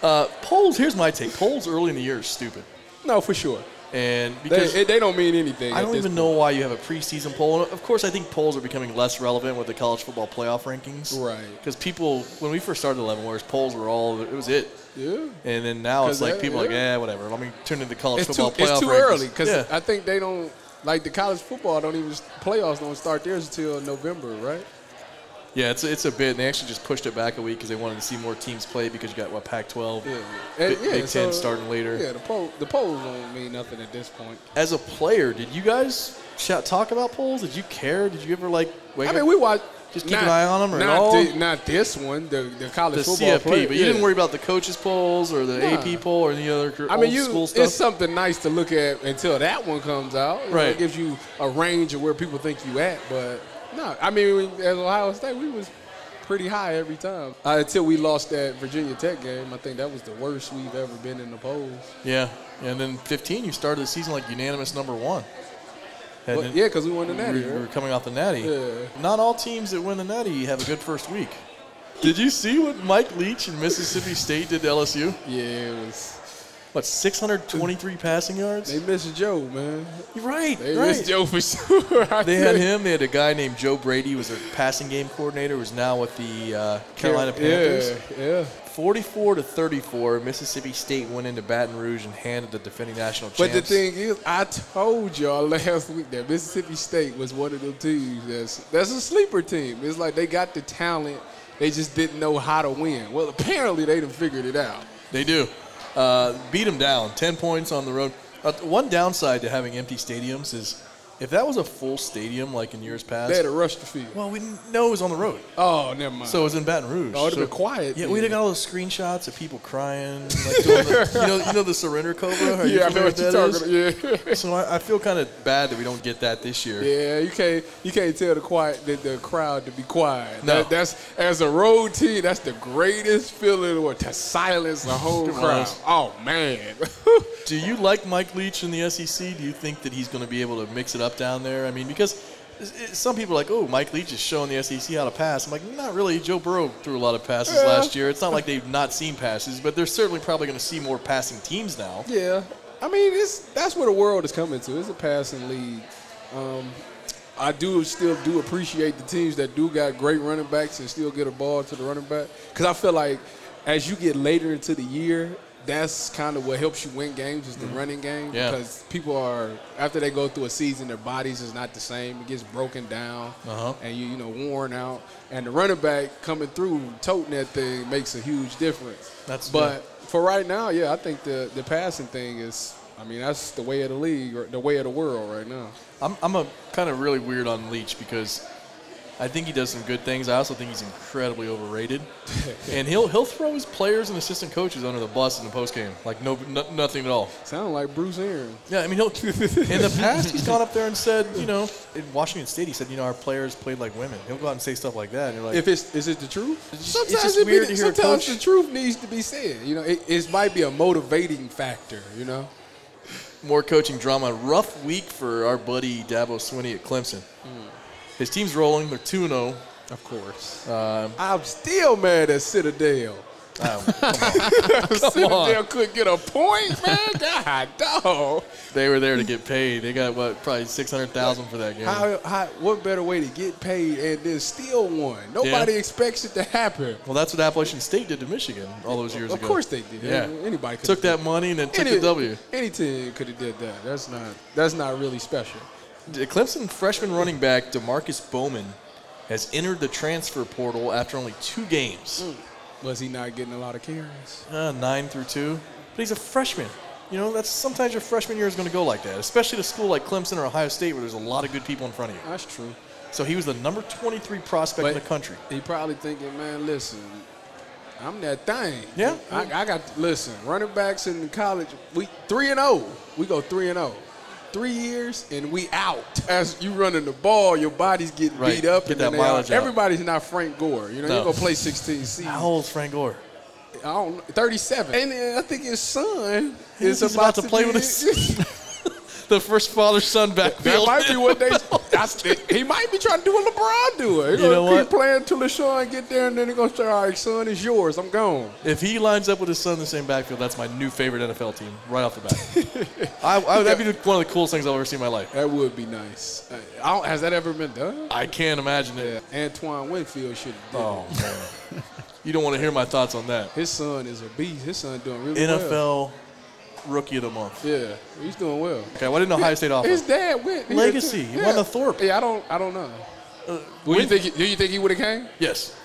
Uh, polls, here's my take. Polls early in the year are stupid.
No, for sure.
And
They,
because
it- they don't mean anything.
I
at
don't
this
even know why you have a preseason poll. And of course, I think polls are becoming less relevant with the college football playoff rankings.
Right.
Because people, when we first started 11 Wars, polls were all, it was it.
Yeah.
And then now it's
'Cause
like
that-
people are like,
yeah.
yeah, whatever. Let me turn into college
It's too,
football playoff
it's too
rankings.
early because
yeah.
I think they don't like the college football. Don't even playoffs don't start theirs until November, right?
Yeah, it's it's a bit. And they actually just pushed it back a week because they wanted to see more teams play because you got what Pac-12,
Yeah,
Bi-
And, yeah,
Big Ten
so-
starting later.
Yeah, the poll, the polls don't mean nothing at this point.
As a player, did you guys shout, talk about polls? Did you care? Did you ever like wake
I
up?
mean, we watch.
Just keep an eye on 'em or
not,
no?
thi- not this one, the, the college
the
football
CFP,
player-
but you didn't
yeah.
worry about the coaches polls or the
Nah.
AP poll or any other cr-
I mean,
old
you,
school stuff.
it's something nice to look at until that one comes out. You know,
Right.
it gives you a range of where people think you at. But no, I mean, as Ohio State, we was pretty high every time uh, until we lost that Virginia Tech game. I think that was the worst we've ever been in the polls.
yeah, and then 15, you started the season like unanimous number one. And
But,
then
yeah, because we won the
we,
natty.
we were
Right?
coming off the Natty.
Yeah.
Not all teams that win the Natty have a good first week. Did you see what Mike Leach and Mississippi State did to LSU?
Yeah, it was.
What, 623 passing yards?
They missed Joe, man.
Right,
They missed
right.
Joe for sure. I
They had
think.
him. They had a guy named Joe Brady, who was their passing game coordinator, who's now with the uh, Carolina Panthers.
Yeah, yeah.
44 to 34, Mississippi State went into Baton Rouge and handed the defending national champs.
But the thing is, I told y'all last week that Mississippi State was one of them teams that's that's a sleeper team. It's like they got the talent, they just didn't know how to win. Well, apparently they done figured it out.
they do uh, beat them down, 10 points on the road. Uh, one downside to having empty stadiums is if that was a full stadium like in years past.
They had to rush the field.
well, we didn't know it was on the road.
Oh, never mind.
So it was in Baton Rouge.
Oh, it'd
so,
have been quiet
Yeah,
then.
we'd have got all those screenshots of people crying, like doing the, you know, you know the surrender cobra. Are you
yeah, I know
familiar
what you're
with that is?
talking about. Yeah.
So I, I feel kind of bad that we don't get that this year.
Yeah, you can't you can't tell the quiet the, the crowd to be quiet.
No.
That- that's as a road team, that's the greatest feeling or to silence the whole
It
crowd.
was.
Oh man.
Do you like Mike Leach in the SEC? Do you think that he's going to be able to mix it up down there? I mean, because s- s- some people are like, oh, Mike Leach is showing the SEC how to pass. I'm like, not really. Joe Burrow threw a lot of passes
Yeah.
last year. It's not like they've not seen passes, but they're certainly probably going to see more passing teams now.
Yeah, I mean, it's that's where the world is coming to. It's a passing league. Um, I do still do appreciate the teams that do got great running backs and still get a ball to the running back because I feel like as you get later into the year, that's kind of what helps you win games is the running game
Mm-hmm. Yeah.
because people are after they go through a season, their bodies is not the same. It gets broken down
Uh-huh.
and you you know worn out, and the running back coming through toting that thing makes a huge difference.
That's-
but for right now, yeah, I think the the passing thing is. I mean, that's the way of the league, or the way of the world right now.
I'm, I'm a kind of really weird on Leach because I think he does some good things. I also think he's incredibly overrated, and he'll he'll throw his players and assistant coaches under the bus in the postgame, like no, no nothing at all.
Sound like Bruce Aaron.
Yeah, I mean, he'll in the past he's gone up there and said, you know, in Washington State he said, you know, our players played like women. He'll go out and say stuff like that, and you're like,
If it's is it the truth?
It's just-
sometimes
it's just
it be
weird
the-
to hear a
sometimes
coach-
the truth needs to be said. You know, it, it might be a motivating factor. You know,
more coaching drama. Rough week for our buddy Dabo Swinney at Clemson. His team's rolling. They're two oh. Um, zero.
of course. Uh, I'm still mad at Citadel. Oh, Citadel
on.
couldn't get a point, man. God, dog.
They were there to get paid. They got what probably six hundred thousand for that game.
How, how, what better way to get paid and then still won? Nobody
Yeah.
expects it to happen.
Well, that's what Appalachian State did to Michigan all those years
Of
ago.
course they did.
Yeah.
Anybody could
took that money and then took the W.
Any team could have did that. That's not. That's not really special.
The Clemson freshman running back Demarcus Bowman has entered the transfer portal after only two games,
Was he not getting a lot of carries?
uh, nine through two. But he's a freshman. You know, that's sometimes your freshman year is going to go like that, especially at a school like Clemson or Ohio State where there's a lot of good people in front of you.
That's true.
So he was the number 23 prospect in the country.
He probably thinking, man, listen, I'm that thing.
Yeah.
I, I got listen. Running backs in college, we three and zero. We go three and zero. Three years and we out. As you running the ball, your body's getting
Right.
beat up.
Get
and then
that
they out.
mileage out.
Everybody's not Frank Gore. You know,
No.
you're gonna play 16 seasons.
How old is Frank Gore?
I don't know, 37. And
uh,
then I think his son is
He's about to play
be-
with his- The first father-son
That
backfield.
might be what they. That's the, he might be trying to do what LeBron do. He
You know
keep
what?
playing till the Sean get there, and then he gonna say, "All right, son, it's yours. I'm gone."
If he lines up with his son in the same backfield, that's my new favorite NFL team right off the bat. I, I, that'd be the- one of the coolest things I've ever seen in my life.
That would be nice. Uh, I don't- has that ever been done?
I can't imagine it.
Yeah, Antoine Winfield should have done.
Oh
it.
man, you don't want to hear my thoughts on that.
His son is a beast. His son doing really
NFL
well.
Rookie of the Month.
Yeah, he's doing well.
Okay, well, I didn't know Ohio State offense.
His dad went
Uh-huh.
he
Legacy.
went to-
He won the Thorpe. Uh,
Yeah, I don't. I don't know. do you
Win-
think? He, do you think he would have came?
Yes,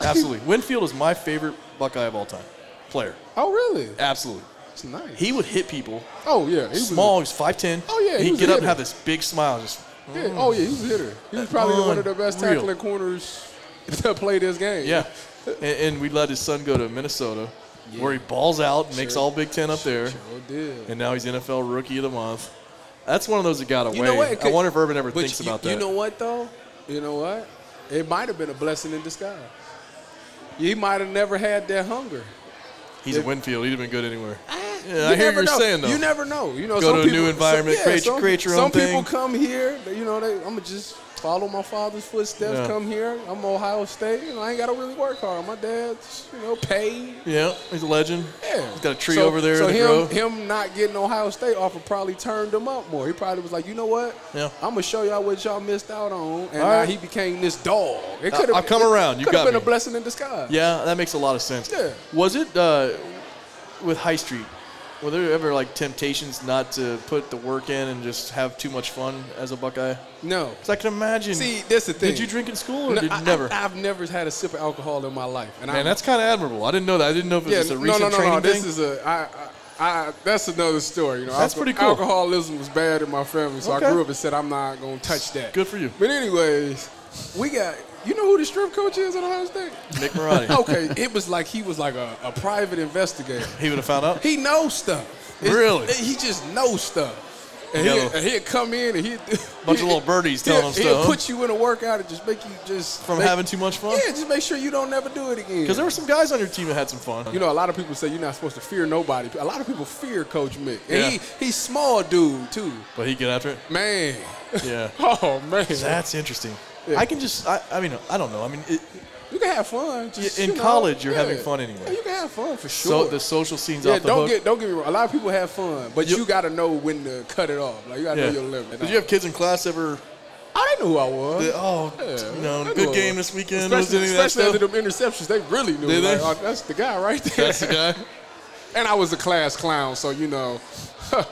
absolutely. Winfield is my favorite Buckeye of all time player.
Oh, really?
Absolutely.
That's nice.
He would hit people.
oh yeah, he was a-
Small. He was five ten.
Oh, yeah, he
He'd
was
get
a
up and
hitter.
have this big smile. Just
Yeah. Oh yeah, he was a hitter. He was probably one of the best
Unreal.
tackling corners to play this game.
yeah. And, and we let his son go to Minnesota, where he balls out and makes all Big Ten up there.
Sure did.
and now he's NFL Rookie of the Month. That's one of those that got away.
You know what?
I wonder if Urban ever
But
thinks
you-
about that.
You know what though? You know what? It might have been a blessing in disguise. He might have never had that hunger.
he's at Winfield. He'd have been good anywhere. Yeah,
Ah, You
I hear
never
you're
know.
saying though.
You never know. You know,
Go to
some
a new
people,
environment,
some, yeah,
create-
some,
create your
some
own thing.
people come here. they- You know, they, I'm gonna just follow my father's footsteps.
Yeah.
Come here. I'm Ohio State. You know, I ain't gotta really work hard. My dad's, you know, paid.
yeah, he's a legend.
Yeah.
He's got a tree
So-
over there
So
in the
him,
grove.
him not getting Ohio State offer probably turned him up more. He probably was like, you know what?
Yeah.
I'm gonna show y'all what y'all missed out on, and
All right.
now he became this dog. It
I-
could've-
I've come
it
around. You
could've
got
been
me.
a blessing in disguise.
Yeah, that makes a lot of sense.
Yeah.
Was it uh, with High Street? Were there ever like temptations not to put the work in and just have too much fun as a Buckeye?
No.
'Cause I can imagine.
See, that's the thing.
Did you drink in school or
No,
did you
I,
never?
I, have never had a sip of alcohol in my life, and
Man,
I'm,
that's kind of admirable. I didn't know that. I didn't know if it was
yeah,
just a
no,
recent
no, no,
training
no.
thing.
This is a I. I I, that's another story, you know.
That's
Alco-
pretty cool.
Alcoholism was bad in my family, so
Okay.
I grew up and said I'm not gonna touch that.
Good for you.
But anyways, we got you know who the strip coach is Oh. at Ohio State?
Nick Marotti.
okay, it was like he was like a, a private investigator.
He would have found out.
He knows stuff.
Really?
He just knows stuff. And
Yeah.
he'd, and he'd come in and he'd
Bunch of little birdies telling him
he'd
stuff.
He'd put you in a workout and just make you just
From
make-
having too much fun?
Yeah, just make sure you don't never do it again.
Because there were some guys on your team that had some fun.
You know, a lot of people say you're not supposed to fear nobody. A lot of people fear Coach Mick. And
Yeah.
he, he's small dude too.
but he get after it.
Man.
Yeah.
Oh man.
That's interesting.
Yeah.
I can just, I, I mean, I don't know. I mean, it,
You can have fun. Just,
In
you know,
college, you're
yeah.
having fun anyway.
Yeah, you can have fun for sure.
so the social scene's
Yeah,
off the
don't
hook.
get don't get me wrong. A lot of people have fun, but
You-
you, got to know when to cut it off. Like you got to know your limit.
Did you have kids in class ever?
oh, they knew who I was.
The- oh,
Yeah,
you know,
I knew
good
I
game
was.
this weekend. was
Especially,
any of that
especially after
stuff?
them interceptions, they really knew.
Did they?
Like, oh, that's the guy right there.
That's the guy.
and I was a class clown, so you know.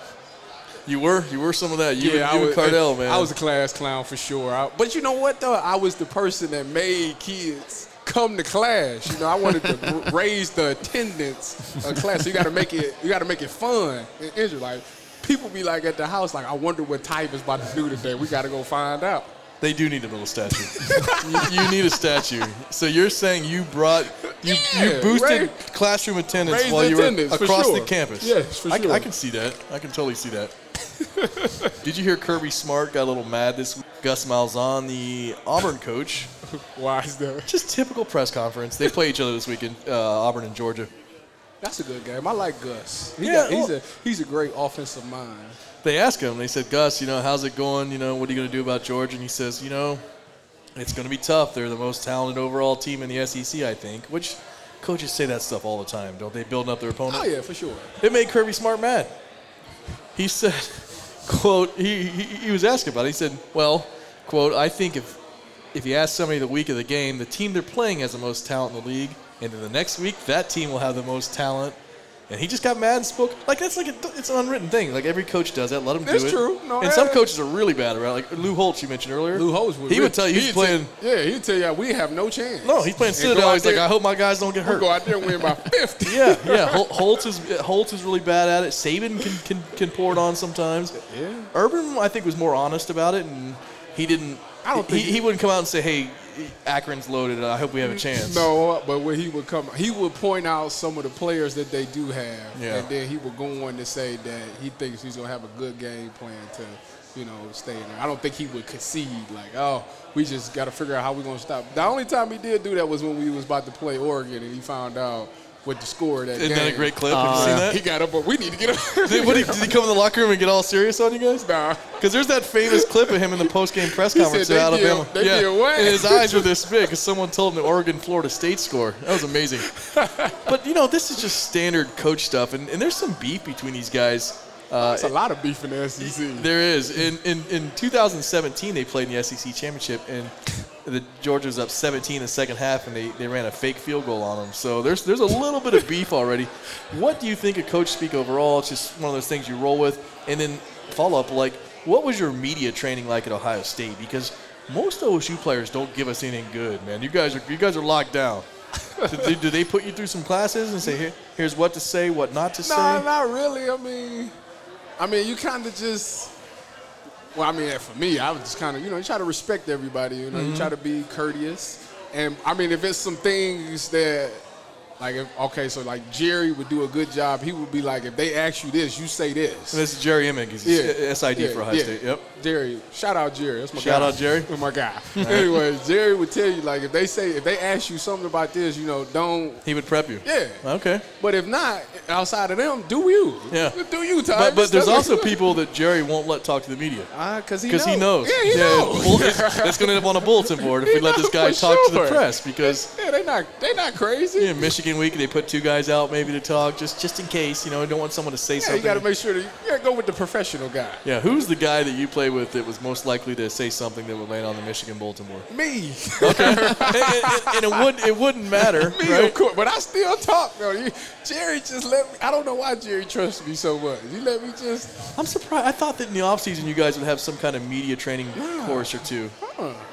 You were, you were some of that. You,
I
and, you
was,
and Cardell, man.
I was a class clown for sure. I- but you know what though? I was the person that made kids come to class. You know, I wanted to r- raise the attendance of class. So you got to make it. You got to make it fun and interesting. Like people be like at the house, like I wonder what Type is about to do today. We got to go find out.
They do need a little statue. you, you need a statue. So you're saying you brought you you
Yeah,
boosted
raise-
classroom attendance
raise
while
the
you were
attendance, for
across the
sure.
campus.
Yes, for
I, c- I
sure.
can see that. I can totally see that. Did you hear Kirby Smart got a little mad this week? Gus Malzahn, the Auburn coach,
Why is that?
just typical press conference. They play each other this weekend, uh, Auburn and Georgia.
That's a good game. I like Gus. He
Yeah,
got- he's
well-
a he's a great offensive mind.
they asked him, they said, Gus, you know, how's it going? You know, what are you going to do about Georgia? And he says, you know, it's going to be tough. They're the most talented overall team in the SEC, I think, which coaches say that stuff all the time, don't they? Building up their opponent.
Oh yeah, for sure.
It made Kirby Smart mad. He said, quote, he, he, he was asked about it. He said, well, quote, I think if, if you ask somebody the week of the game, the team they're playing has the most talent in the league, and then the next week, that team will have the most talent. And he just got mad and spoke like that's like a, it's an unwritten thing. Like every coach does that. Let him
That's
do it.
true. No,
and some
yeah.
coaches are really bad around. Like Lou Holtz, you mentioned earlier.
Lou Holtz
He would tell you he's
he'd
playing.
tell- yeah, he'd tell you we have no chance.
no, he's playing
And go
Citadel.
out
He's like,
there-
I hope my guys don't get
We
hurt.
go out there and win by 50.
Yeah, yeah. Hol- Holtz is Holtz is really bad at it. Saban can can, can pour it on sometimes.
Yeah.
Urban, I think, was more honest about it, and he didn't.
I don't
he,
think-
he wouldn't come out and say, "Hey, Akron's loaded. I hope we have a chance."
No, but when he would come, he would point out some of the players that they do have,
Yeah.
and then he would go on to say that he thinks he's gonna have a good game plan to, you know, stay in there. I don't think he would concede like, oh, we just got to figure out how we're gonna stop. The only time he did do that was when we was about to play Oregon, and he found out what the score of that
Isn't
game. Uh,
that a great clip? have you seen that?
He got up, but we need to get up.
Did, what, did he- did he come in the locker room and get all serious on you guys?
Nah.
Because there's that famous clip of him in the post-game press
He
conference
said,
at
"They did-
Alabama.
they did what?
And his eyes were this big because someone told him the Oregon Florida State score. That was amazing. but you know, this is just standard coach stuff, and, and there's some beef between these guys. Uh,
It's a lot of beef in the SEC.
there is. In, in in 2017, they played in the SEC championship, and the Georgia was up 17 in the second half, and they, they ran a fake field goal on them. So there's there's a little bit of beef already. What do you think of coach speak overall? It's just one of those things you roll with, and then follow up like, what was your media training like at Ohio State? Because most OSU players don't give us anything good, man. You guys are you guys are locked down. do, they, do they put you through some classes and say, Here, here's what to say, what not to
No,
say?
not really. I mean, I mean, you kind of just. Well, I mean, for me, I was just kind of, you know, you try to respect everybody. You know, you try to
Mm-hmm.
be courteous, and I mean, if it's some things that, like, if, okay, so like Jerry would do a good job. He would be like, if they ask you this, you say this.
This is Jerry Emick. He's SID
yeah,
for Ohio
yeah.
State. Yep.
Jerry, shout out Jerry. That's my
Shout
guy.
out Jerry.
That's my guy. Anyway, Jerry would tell you like if they say if they ask you something about this, you know, don't
He would prep you.
Yeah.
Okay.
But if not, outside of them, do you?
Yeah.
do you, Ty?
But, but there's also people that Jerry won't let talk to the media
Uh,
because he
because
knows.
he knows.
Yeah, he knows.
bull- it's- that's going to end up on a bulletin board if
He
we let this guy
knows for
talk to the
sure.
press because
Yeah, they not they not crazy.
yeah, Michigan week they put two guys out maybe to talk just just in case you know I don't want someone to say
Yeah,
something.
you got to make sure that you gotta go with the professional guy.
yeah, who's the guy that you play with that was most likely to say something that would land on the Michigan bulletin board?
Me,
and, and- and it would it wouldn't matter,
me
right?
of course, but I still talk though. You- Jerry just let me. I don't know why Jerry trusts me so much. He let me just.
I'm surprised. I thought that in the offseason you guys would have some kind of media training course or two.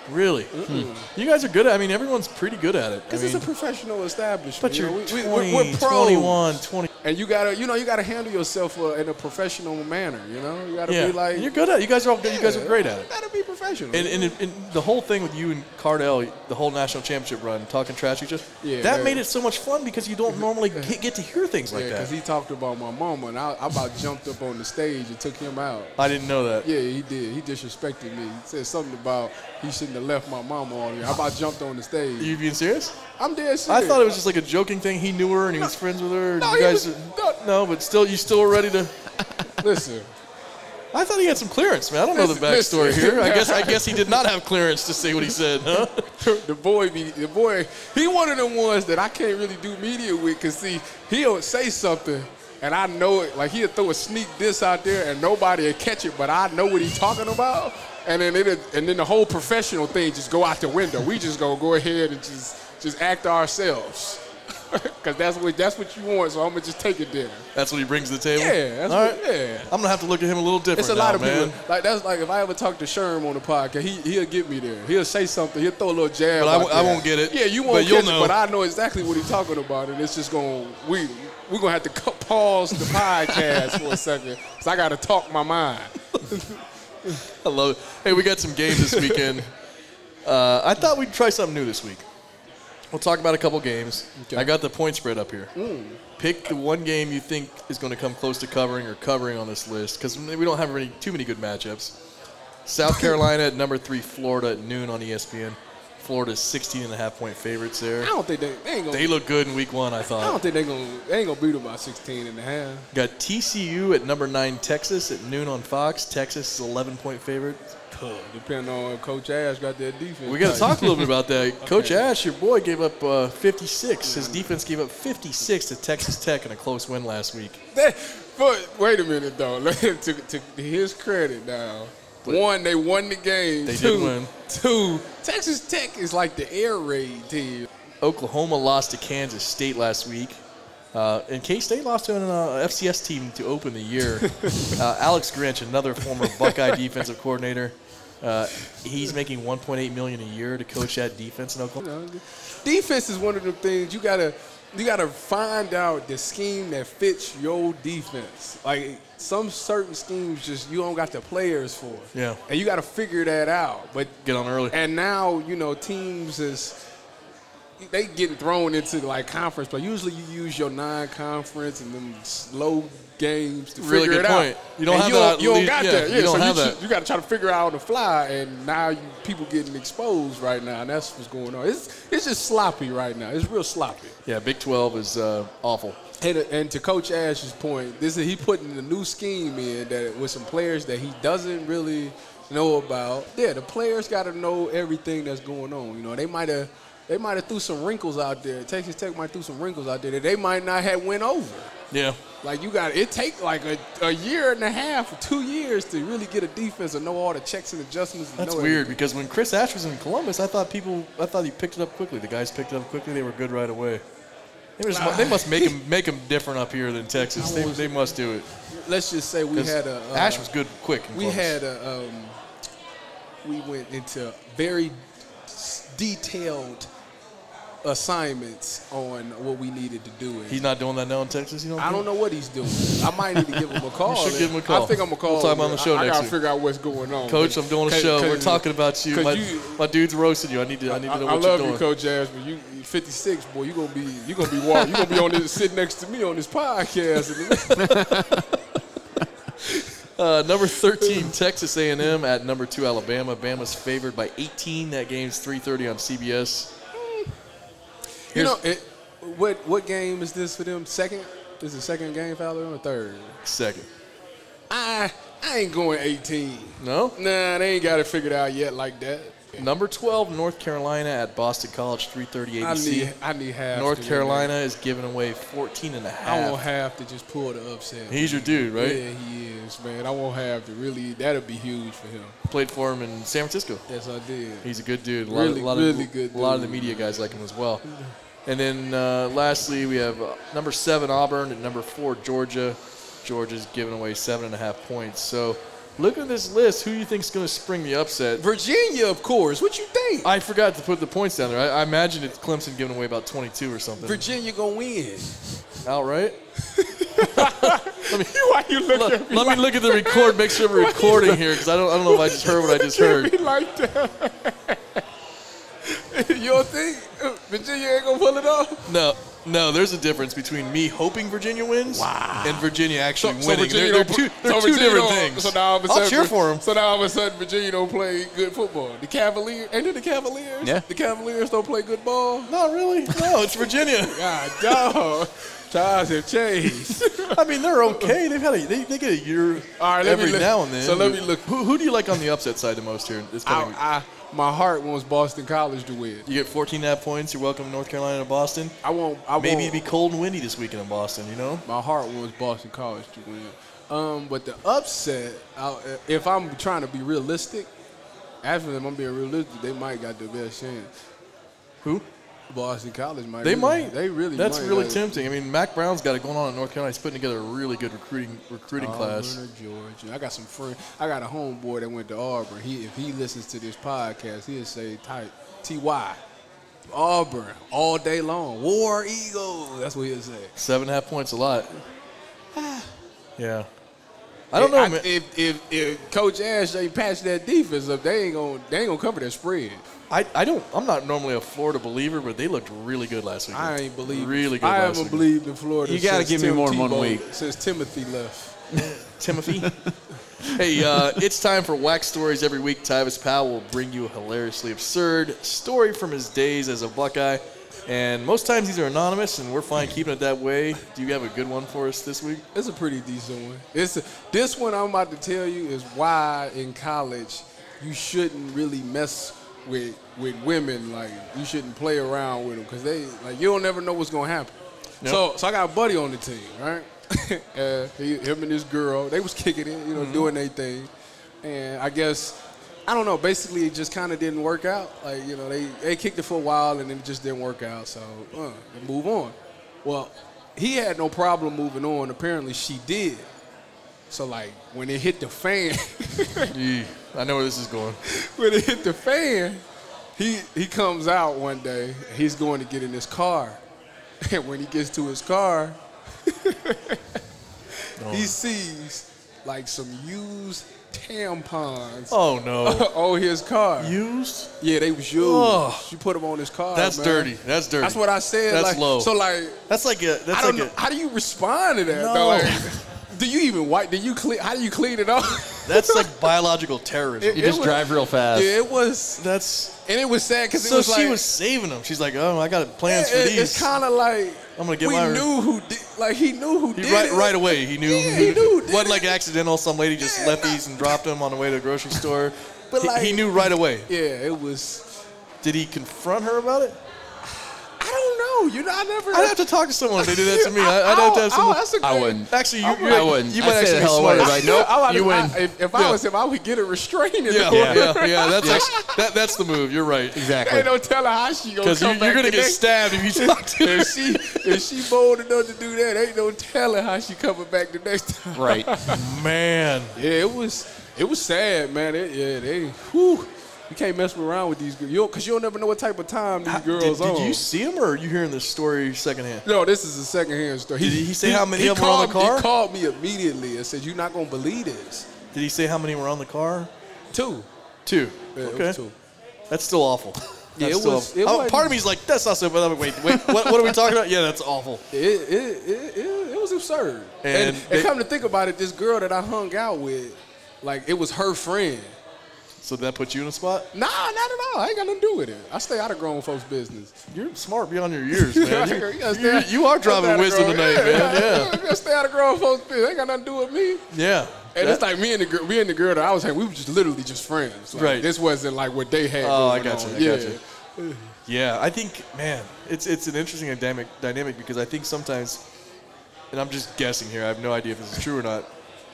Really? Hmm. You guys are good at I mean, everyone's pretty good at it. I
Because
mean,
it's a professional establishment.
but
you
you're
know,
20,
we're, we're pros.
21, 20.
and you gotta, you know, you gotta handle yourself uh, in a professional manner. You know, you gotta
Yeah.
be like,
you're good at it. You guys are all good. You guys are
Yeah,
great at it.
Gotta be professional.
And, and, and the whole thing with you and Cardell, the whole national championship run, talking trash, you just
Yeah,
that
man.
made it so much fun because you don't normally get, get to hear things like
Yeah,
that.
because he talked about my mama, and I, I about jumped up on the stage and took him out.
I didn't know that.
Yeah, he did. He disrespected me. He said something about he shouldn't have left my mama on here. I about jumped on the stage.
Are you being serious?
I'm dead serious.
I thought it was just like a joking thing. He knew her and he was friends with her. and
no,
you
he
guys,
was-
no, no, but still, you still were ready to.
Listen,
I thought he had some clearance, man. I don't know the
Listen,
backstory
listen.
here. I guess I guess he did not have clearance to say what he said, huh?
the boy, be, the boy, he one of them ones that I can't really do media with. Cause see, he'll say something, and I know it. Like he'll throw a sneak diss out there, and nobody will catch it, but I know what he's talking about. And then it, and then the whole professional thing just go out the window. We just gonna go ahead and just just act ourselves, cause that's what that's what you want. So I'm gonna just take it there.
That's what he brings to the table.
Yeah, that's
All
what- yeah.
I'm gonna have to look at him a little different.
It's a
now,
lot of
man.
people. Like that's like if I ever talk to Sherm on the podcast, he he'll get me there. He'll say something. He'll throw a little jab.
But I
out
w- I
there.
won't get it.
Yeah, you
But
won't.
you'll
get
know.
It, but I know exactly what he's talking about, and it's just going to we we're gonna have to cut, pause the podcast for a second because I got to talk my mind.
I love it. Hey, we got some games this weekend. uh, I thought we'd try something new this week. We'll talk about a couple games. I got the point spread up here.
Hmm.
Pick the one game you think is going to come close to covering or covering on this list because we don't have any, too many good matchups. South Carolina at number three, Florida at noon on E ESPN. Florida's 16 and a half point favorites there.
I don't think they, they ain't gonna.
They look good in week one, I
I don't
thought.
think they gonna they ain't gonna beat them by 16 and a half.
Got TCU at number nine, Texas at noon on Fox. Texas is 11 point favorite.
Depending on if Coach Ash got that defense.
We got
right.
to talk a little bit about that. Coach Ash, your boy, gave up uh, 56. His defense gave up 56 to Texas Tech in a close win last week.
That, but wait a minute though. to, to his credit now, one they won the game.
They did
two,
win.
Two Texas Tech is like the air raid team.
Oklahoma lost to Kansas State last week. Uh, and K State lost to an uh, FCS team to open the year. uh, Alex Grinch, another former Buckeye defensive coordinator, uh, he's making 1.8 million a year to coach that defense in Oklahoma.
Defense is one of the things you gotta you gotta find out the scheme that fits your defense. Like some certain schemes just you don't got the players for.
Yeah.
And you gotta figure that out. But
Get on early.
And now you know teams is they getting thrown into like conference, but usually you use your non-conference and them slow games to
Really
figure
good
it out.
point. You don't
And
have
you don't,
that
You don't
lead-
got
yeah,
that.
you
Yeah,
don't
so
have
you,
that.
ch- you got to try to figure out on the fly, and now you people getting exposed right now, and that's what's going on. It's it's just sloppy right now. It's real sloppy.
Yeah, Big 12 is uh, awful.
And, and to Coach Ash's point, this is he putting a new scheme in that with some players that he doesn't really know about. Yeah, the players got to know everything that's going on. You know, they might have they might have threw some wrinkles out there. Texas Tech might threw some wrinkles out there that they might not have went over.
Yeah.
Like you got it take like a, a year and a half, two years to really get a defense and know all the checks and adjustments. And
That's
know
weird
everything.
because when Chris Ash was in Columbus, I thought people, I thought he picked it up quickly. The guys picked it up quickly. They were good right away. They, were just, they must make him make him different up here than Texas. They, they must do it.
Let's just say we
'Cause
had a uh,
Ash was good quick. in
We
Columbus.
had a, um, we went into very s- detailed assignments on what we needed to do. And
He's not doing that now in Texas. You don't.
I don't know what he's doing. I might need to give him a call.
should
and-
give him a call.
I think I'm gonna call.
We'll talk
him.
about it on the show
I, I
next
gotta
week.
figure out what's going on.
Coach, I'm doing a
Cause-
show. We're
cause-
talking about you.
'cause
My,
you-
my dude's roasting you. I need to. I need to know
I, I
what
love
you're doing.
you, Coach Jazz, but you 56, boy. You gonna be you gonna be walking. You gonna be on this sitting next to me on this podcast.
Uh, number 13, Texas A&M at number two, Alabama. Bama's favored by 18. That game's 3:30 on CBS.
you know,
Here's-
it, what what game is this for them? Second? This is the second game for Alabama. or Third?
Second.
I I ain't going 18.
No.
Nah, they ain't got it figured out yet like that.
Number 12, North Carolina at Boston College, 3:30
I
ABC.
need I need half. to
North
win
Carolina is giving away 14 and a
that. I won't
half.
have to just pull the upset.
He's your dude, right?
Yeah, he is, man. I won't have to really. That'll be huge for him.
Played for him in San Francisco.
Yes, I did.
He's a good dude. A lot,
Really,
of, a lot
really
of,
good
A lot of the
dude.
media guys like him as well. And then uh, lastly, we have uh, number seven Auburn and number four Georgia. Georgia's giving away seven and a half points. So, look at this list. Who do you think's going to spring the upset?
Virginia, of course. What you think?
I forgot to put the points down there. I, I imagine it's Clemson giving away about 22 or something.
Virginia gonna win.
Outright.
Why you look
Let,
at me?
let me look at the record. Make sure we're recording here because I don't. I don't know if I just heard what I just heard.
Be like that. you don't think uh, Virginia ain't gonna pull it off?
No, no. There's a difference between me hoping Virginia wins and Virginia actually
So
winning.
Virginia
they're they're
don't-
two, they're
so
two
Virginia
different
don't-
things.
So now all of a sudden,
I'll cheer for them.
So now all of a sudden, Virginia don't play good football. The Cavaliers, ain't it the Cavaliers?
Yeah.
The Cavaliers don't play good ball.
Not really. No, it's Virginia.
God, dog. Times have changed.
I mean, they're okay. They've had a, they, they get a year
All right, let me
every
look-
now and then.
so let me look.
Who, who do you like on the upset side the most here? This
I,
coming week?
I, my heart wants Boston College to win.
You get 14 and a half points. You're welcome to North Carolina to Boston.
I want. I
Maybe
want,
it'd be cold and windy this weekend in Boston, you know?
my heart wants Boston College to win. Um, but the upset, I, if I'm trying to be realistic, actually, if I'm being realistic, they might got the best chance.
Who?
Boston College might.
They
really-
might.
They really.
That's
might.
really
Like,
tempting. I mean, Mac Brown's got it going on in North Carolina. He's putting together a really good recruiting
Oh,
recruiting class.
Auburn or Georgia. I got some friend. I got a homeboy that went to Auburn. He, if he listens to this podcast, he'll say type Ty. Auburn all day long. War Eagles. That's what he'll say.
Seven and a half points, a lot. yeah. I don't know, man.
If, if if Coach Ash they patch that defense up, they ain't gonna they ain't gonna cover that spread.
I, I don't. I'm not normally a Florida believer, but they looked really good last week.
I ain't believe
really good.
I
last
haven't
week.
believed in Florida.
You gotta
since
give me
Tim
more than one
Tebow-
week.
since Timothy left.
Timothy. hey, uh, it's time for Wax Stories every week. Tyvis Powell will bring you a hilariously absurd story from his days as a Buckeye. And most times these are anonymous, and we're fine keeping it that way. Do you have a good one for us this week?
It's a pretty decent one. It's a, this one I'm about to tell you is why in college you shouldn't really mess with with women. Like you shouldn't play around with them because they like you don't never know what's gonna happen. So so I got a buddy on the team, right? uh, he, him and this girl, they was kicking it, you know, doing their thing, and I guess. I don't know. Basically, it just kind of didn't work out. Like you know, they, they kicked it for a while and then it just didn't work out. So uh, move on. Well, he had no problem moving on. Apparently, she did. So like when it hit the fan,
Yee, I know where this is going.
when it hit the fan, he he comes out one day. He's going to get in his car, and when he gets to his car, he sees like some used tampons
Oh no,
on his car.
used.
yeah, they was used.
Ugh.
She put them on his car.
Oh. That's
man.
dirty. That's dirty.
That's what I said.
That's
like,
low.
So like.
That's like a. That's
I don't
like
know. How do you respond to that?
No.
though? Like, do you even wipe? Do you clean? How do you clean it up?
a. That's like biological terrorism.
You
It
just
was-
drive real fast.
yeah, it was,
that's
and it was sad because it
so
was
she
like
was saving them. She's like, oh, I got plans
it-
for
it-
these.
It's kind of like
I'm gonna get
we
mine.
knew who did. Like he knew who
He-
did
right,
it.
right away, he knew.
Yeah, he knew, did
wasn't like
it.
accidental. Some lady just
Yeah,
left
nah.
these and dropped them on the way to the grocery store.
But
He- he,
like-
knew right away.
Yeah, it was.
Did he confront her about it?
I don't know. You know, I never.
I'd have to talk to someone if they did that to me. I, would have to have
I'll- I'll-
someone.
that's a
I
great-
wouldn't.
Actually, you,
I
you,
I wouldn't.
You
I'd
might
say the
actually be
hell away,
smarter.
right? Nope,
I would've-
you win.
I, if if I
Yeah.
was him, I would get a restraining
Yeah,
order.
yeah, yeah, That's actually, that, that's the move. You're right.
Exactly.
Ain't no telling how she gonna
Because
come
you,
back
you're gonna
the
get
next
stabbed if you talk to her.
if she if she bold enough to do that, ain't no telling how she coming back the next time.
Right.
Man,
Yeah, it was it was sad, man. It, yeah, they whew, you can't mess around with these girls you because you don't never know what type of time these girls
did,
on.
did you see him or are you hearing this story secondhand?
no, this is a secondhand story.
Did he say how many of them were on
called,
the car?
He called me immediately and said, "You're not gonna believe this."
Did he say how many were on the car?
Two.
Two.
Yeah, it
okay.
was two.
That's still awful.
Yeah,
That's
it
still
was-
awful.
it
Oh,
wasn't-
part of me's like, that's not so bad. Wait, wait, what, what are we talking about? Yeah, that's awful.
It it, it, it, it was absurd. And,
And
and,
they-
come to think about it, this girl that I hung out with, like it was her friend.
So that puts you in a spot?
Nah, not at all. I ain't got nothing to do with it. I stay out of grown folks' business.
You're smart beyond your years, man. You,
You gotta stay
you-
out-
you are
gotta stay out
dropping
of
wisdom
grown-
tonight, man.
you gotta Stay out of grown folks' business. Ain't got nothing to do with me.
Yeah. Yeah.
And it's like me and the girl, me and the girl that I was hanging, we were just literally just friends. Like,
Right.
This wasn't like what they had.
Oh, I
going
got you. I
on.
got you. Yeah, I think, man, it's it's an interesting dynamic dynamic because I think sometimes, and I'm just guessing here. I have no idea if this is true or not,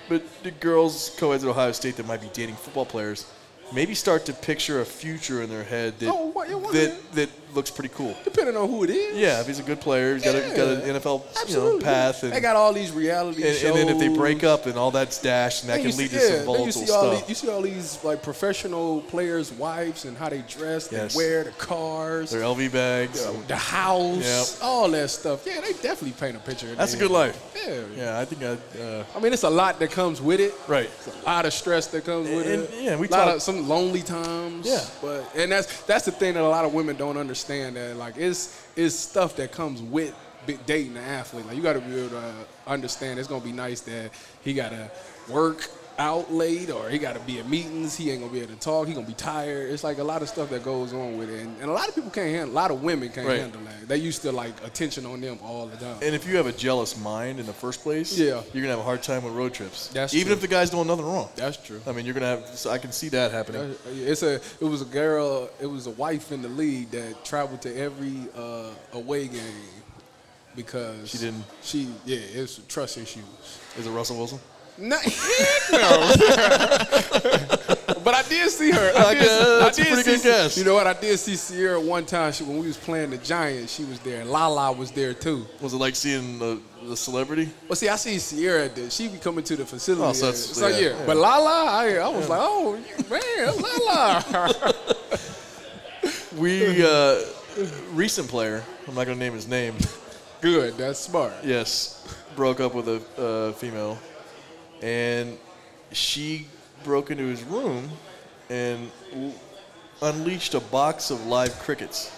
but the girls co-eds at Ohio State that might be dating football players maybe start to picture a future in their head that
Oh, what- yeah, what-
that, that looks pretty cool.
Depending on who it is.
Yeah, if he's a good player, he's got a, got an NFL you know,
Absolutely.
path, and,
they got all these reality
and,
shows.
and then if they break up, then all that's dashed, and that
Then you
can lead
see-
to some
yeah, then
volatile
you see all
stuff.
these- you see all these like professional players' wives and how they dress, they
Yes.
wear the cars,
Their LV bags.
the, the house,
Yep.
all that stuff. Yeah, they definitely paint a picture. of
That's a
them.
good life.
Yeah.
Yeah, I think I. Uh,
I mean, it's a lot that comes with it.
right.
It's a lot of stress that comes with
And-
it.
yeah, we
a lot
talk-
of some lonely times.
Yeah.
but and that's that's the thing that a lot of women don't understand that like it's it's stuff that comes with bi- dating an athlete. Like you got to be able to uh, understand it's gonna be nice that he gotta work. out late or he got to be at meetings. He ain't gonna be able to talk. He gonna be tired. It's like a lot of stuff that goes on with it, and, and a lot of people can't handle. A lot of women can't
Right.
handle that. They used to like attention on them all the time.
And if you have a jealous mind in the first place,
Yeah.
you're gonna have a hard time with road trips.
That's
even
true.
if the guy's doing nothing wrong.
That's true.
I mean, you're gonna have. So I can see that happening.
Uh, It's a. It was a girl. It was a wife in the league that traveled to every uh, away game because
She didn't-
She yeah. It's trust issues.
Is it Russell Wilson?
No, heck no. but I did see her. I
Like,
did,
uh,
I
that's a
did
pretty
see,
good guess.
You know what? I did see Sierra one time. She, when we was playing the Giants, she was there, and Lala was there too.
Was it like seeing the, the celebrity?
Well, see, I see Sierra. There. She be coming to the facility.
Oh, so that's-
it's like,
yeah,
yeah.
yeah.
But Lala, I, I was like, oh you- man, Lala.
We uh, recent player. I'm not gonna name his name.
Good. That's smart.
Yes, broke up with a uh, female, and she broke into his room and l- unleashed a box of live crickets.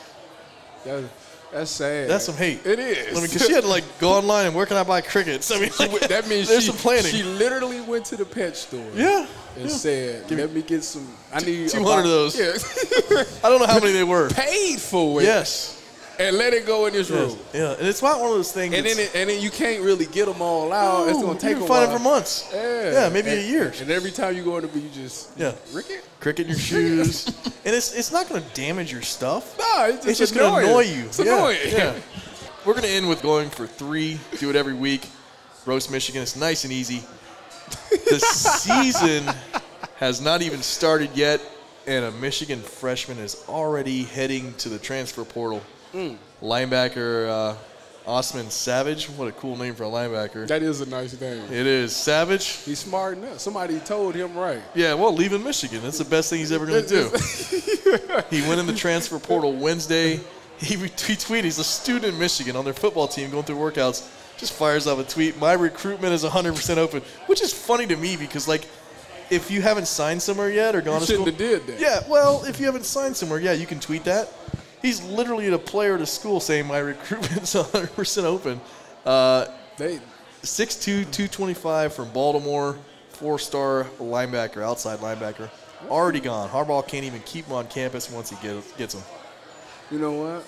That's, that's sad.
That's some hate.
It is.
I mean, 'cause she had to like go online and where can I buy crickets? I mean, like,
that means
there's
she,
some planning.
she literally went to the pet store.
yeah.
And said, "Let me get some. I need a
200 of
box-
those.
Yeah.
I don't know how many they were.
paid for it.
Yes.
and let it go in this
yes.
room.
Yeah. And it's not one of those things.
And then,
that's-
it, and then you can't really get them all out. it's
Ooh,
gonna take
you
a
can
while.
find it for months.
Yeah,
Yeah, maybe
and,
a year.
And every time you go in the you just
Yeah.
Ricket.
Cricket in your shoes, and it's it's not going to damage your stuff.
No, it's just,
it's just going
annoying.
to annoy you.
It's
Yeah,
annoying.
yeah. We're going to end with going for three. Do it every week. Roast Michigan. It's nice and easy. The season has not even started yet, and a Michigan freshman is already heading to the transfer portal. Linebacker uh, Osman Savage. What a cool name for a linebacker.
That is a nice thing.
it is Savage.
He's smart enough. Somebody told him right.
Yeah, well, leaving Michigan. That's the best thing he's ever going to do. he went in the transfer portal Wednesday. He, re- he tweeted, he's a student in Michigan on their football team going through workouts. Just fires off a tweet. My recruitment is 100% open, which is funny to me because, like, if you haven't signed somewhere yet or gone to
shouldn't
school,
have did that.
Yeah, well, if you haven't signed somewhere, yeah, you can tweet that. He's literally at a player to school saying my recruitment's 100% open. Uh,
They
6'2", 225 from Baltimore, four-star linebacker, outside linebacker. Already gone. Harbaugh can't even keep him on campus once he get, gets him.
You know what?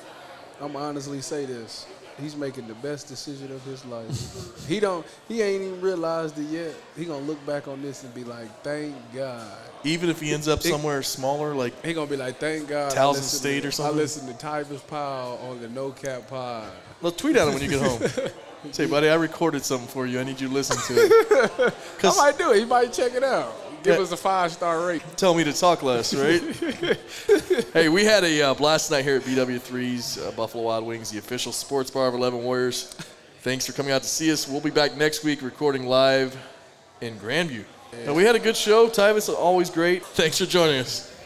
I'm honestly say this. He's making the best decision of his life. he don't. He ain't even realized it yet. He gonna look back on this and be like, "Thank God."
Even if he ends up somewhere smaller, like
He gonna be like, "Thank God." I
Towson
listened
State
to-
or something?
I listened to Tyvus Powell on the No Cap Pod.
well, tweet at him when you get home. Say, buddy, I recorded something for you. I need you to listen to it.
I
Because
might do it. He might check it out. Give
Yeah.
us a five star rate.
tell me to talk less, right? hey, we had a uh, blast night here at BW3's uh, Buffalo Wild Wings, the official sports bar of 11 Warriors. Thanks for coming out to see us. We'll be back next week recording live in Grandview. And we had a good show. Tyvis, always great. Thanks for joining us.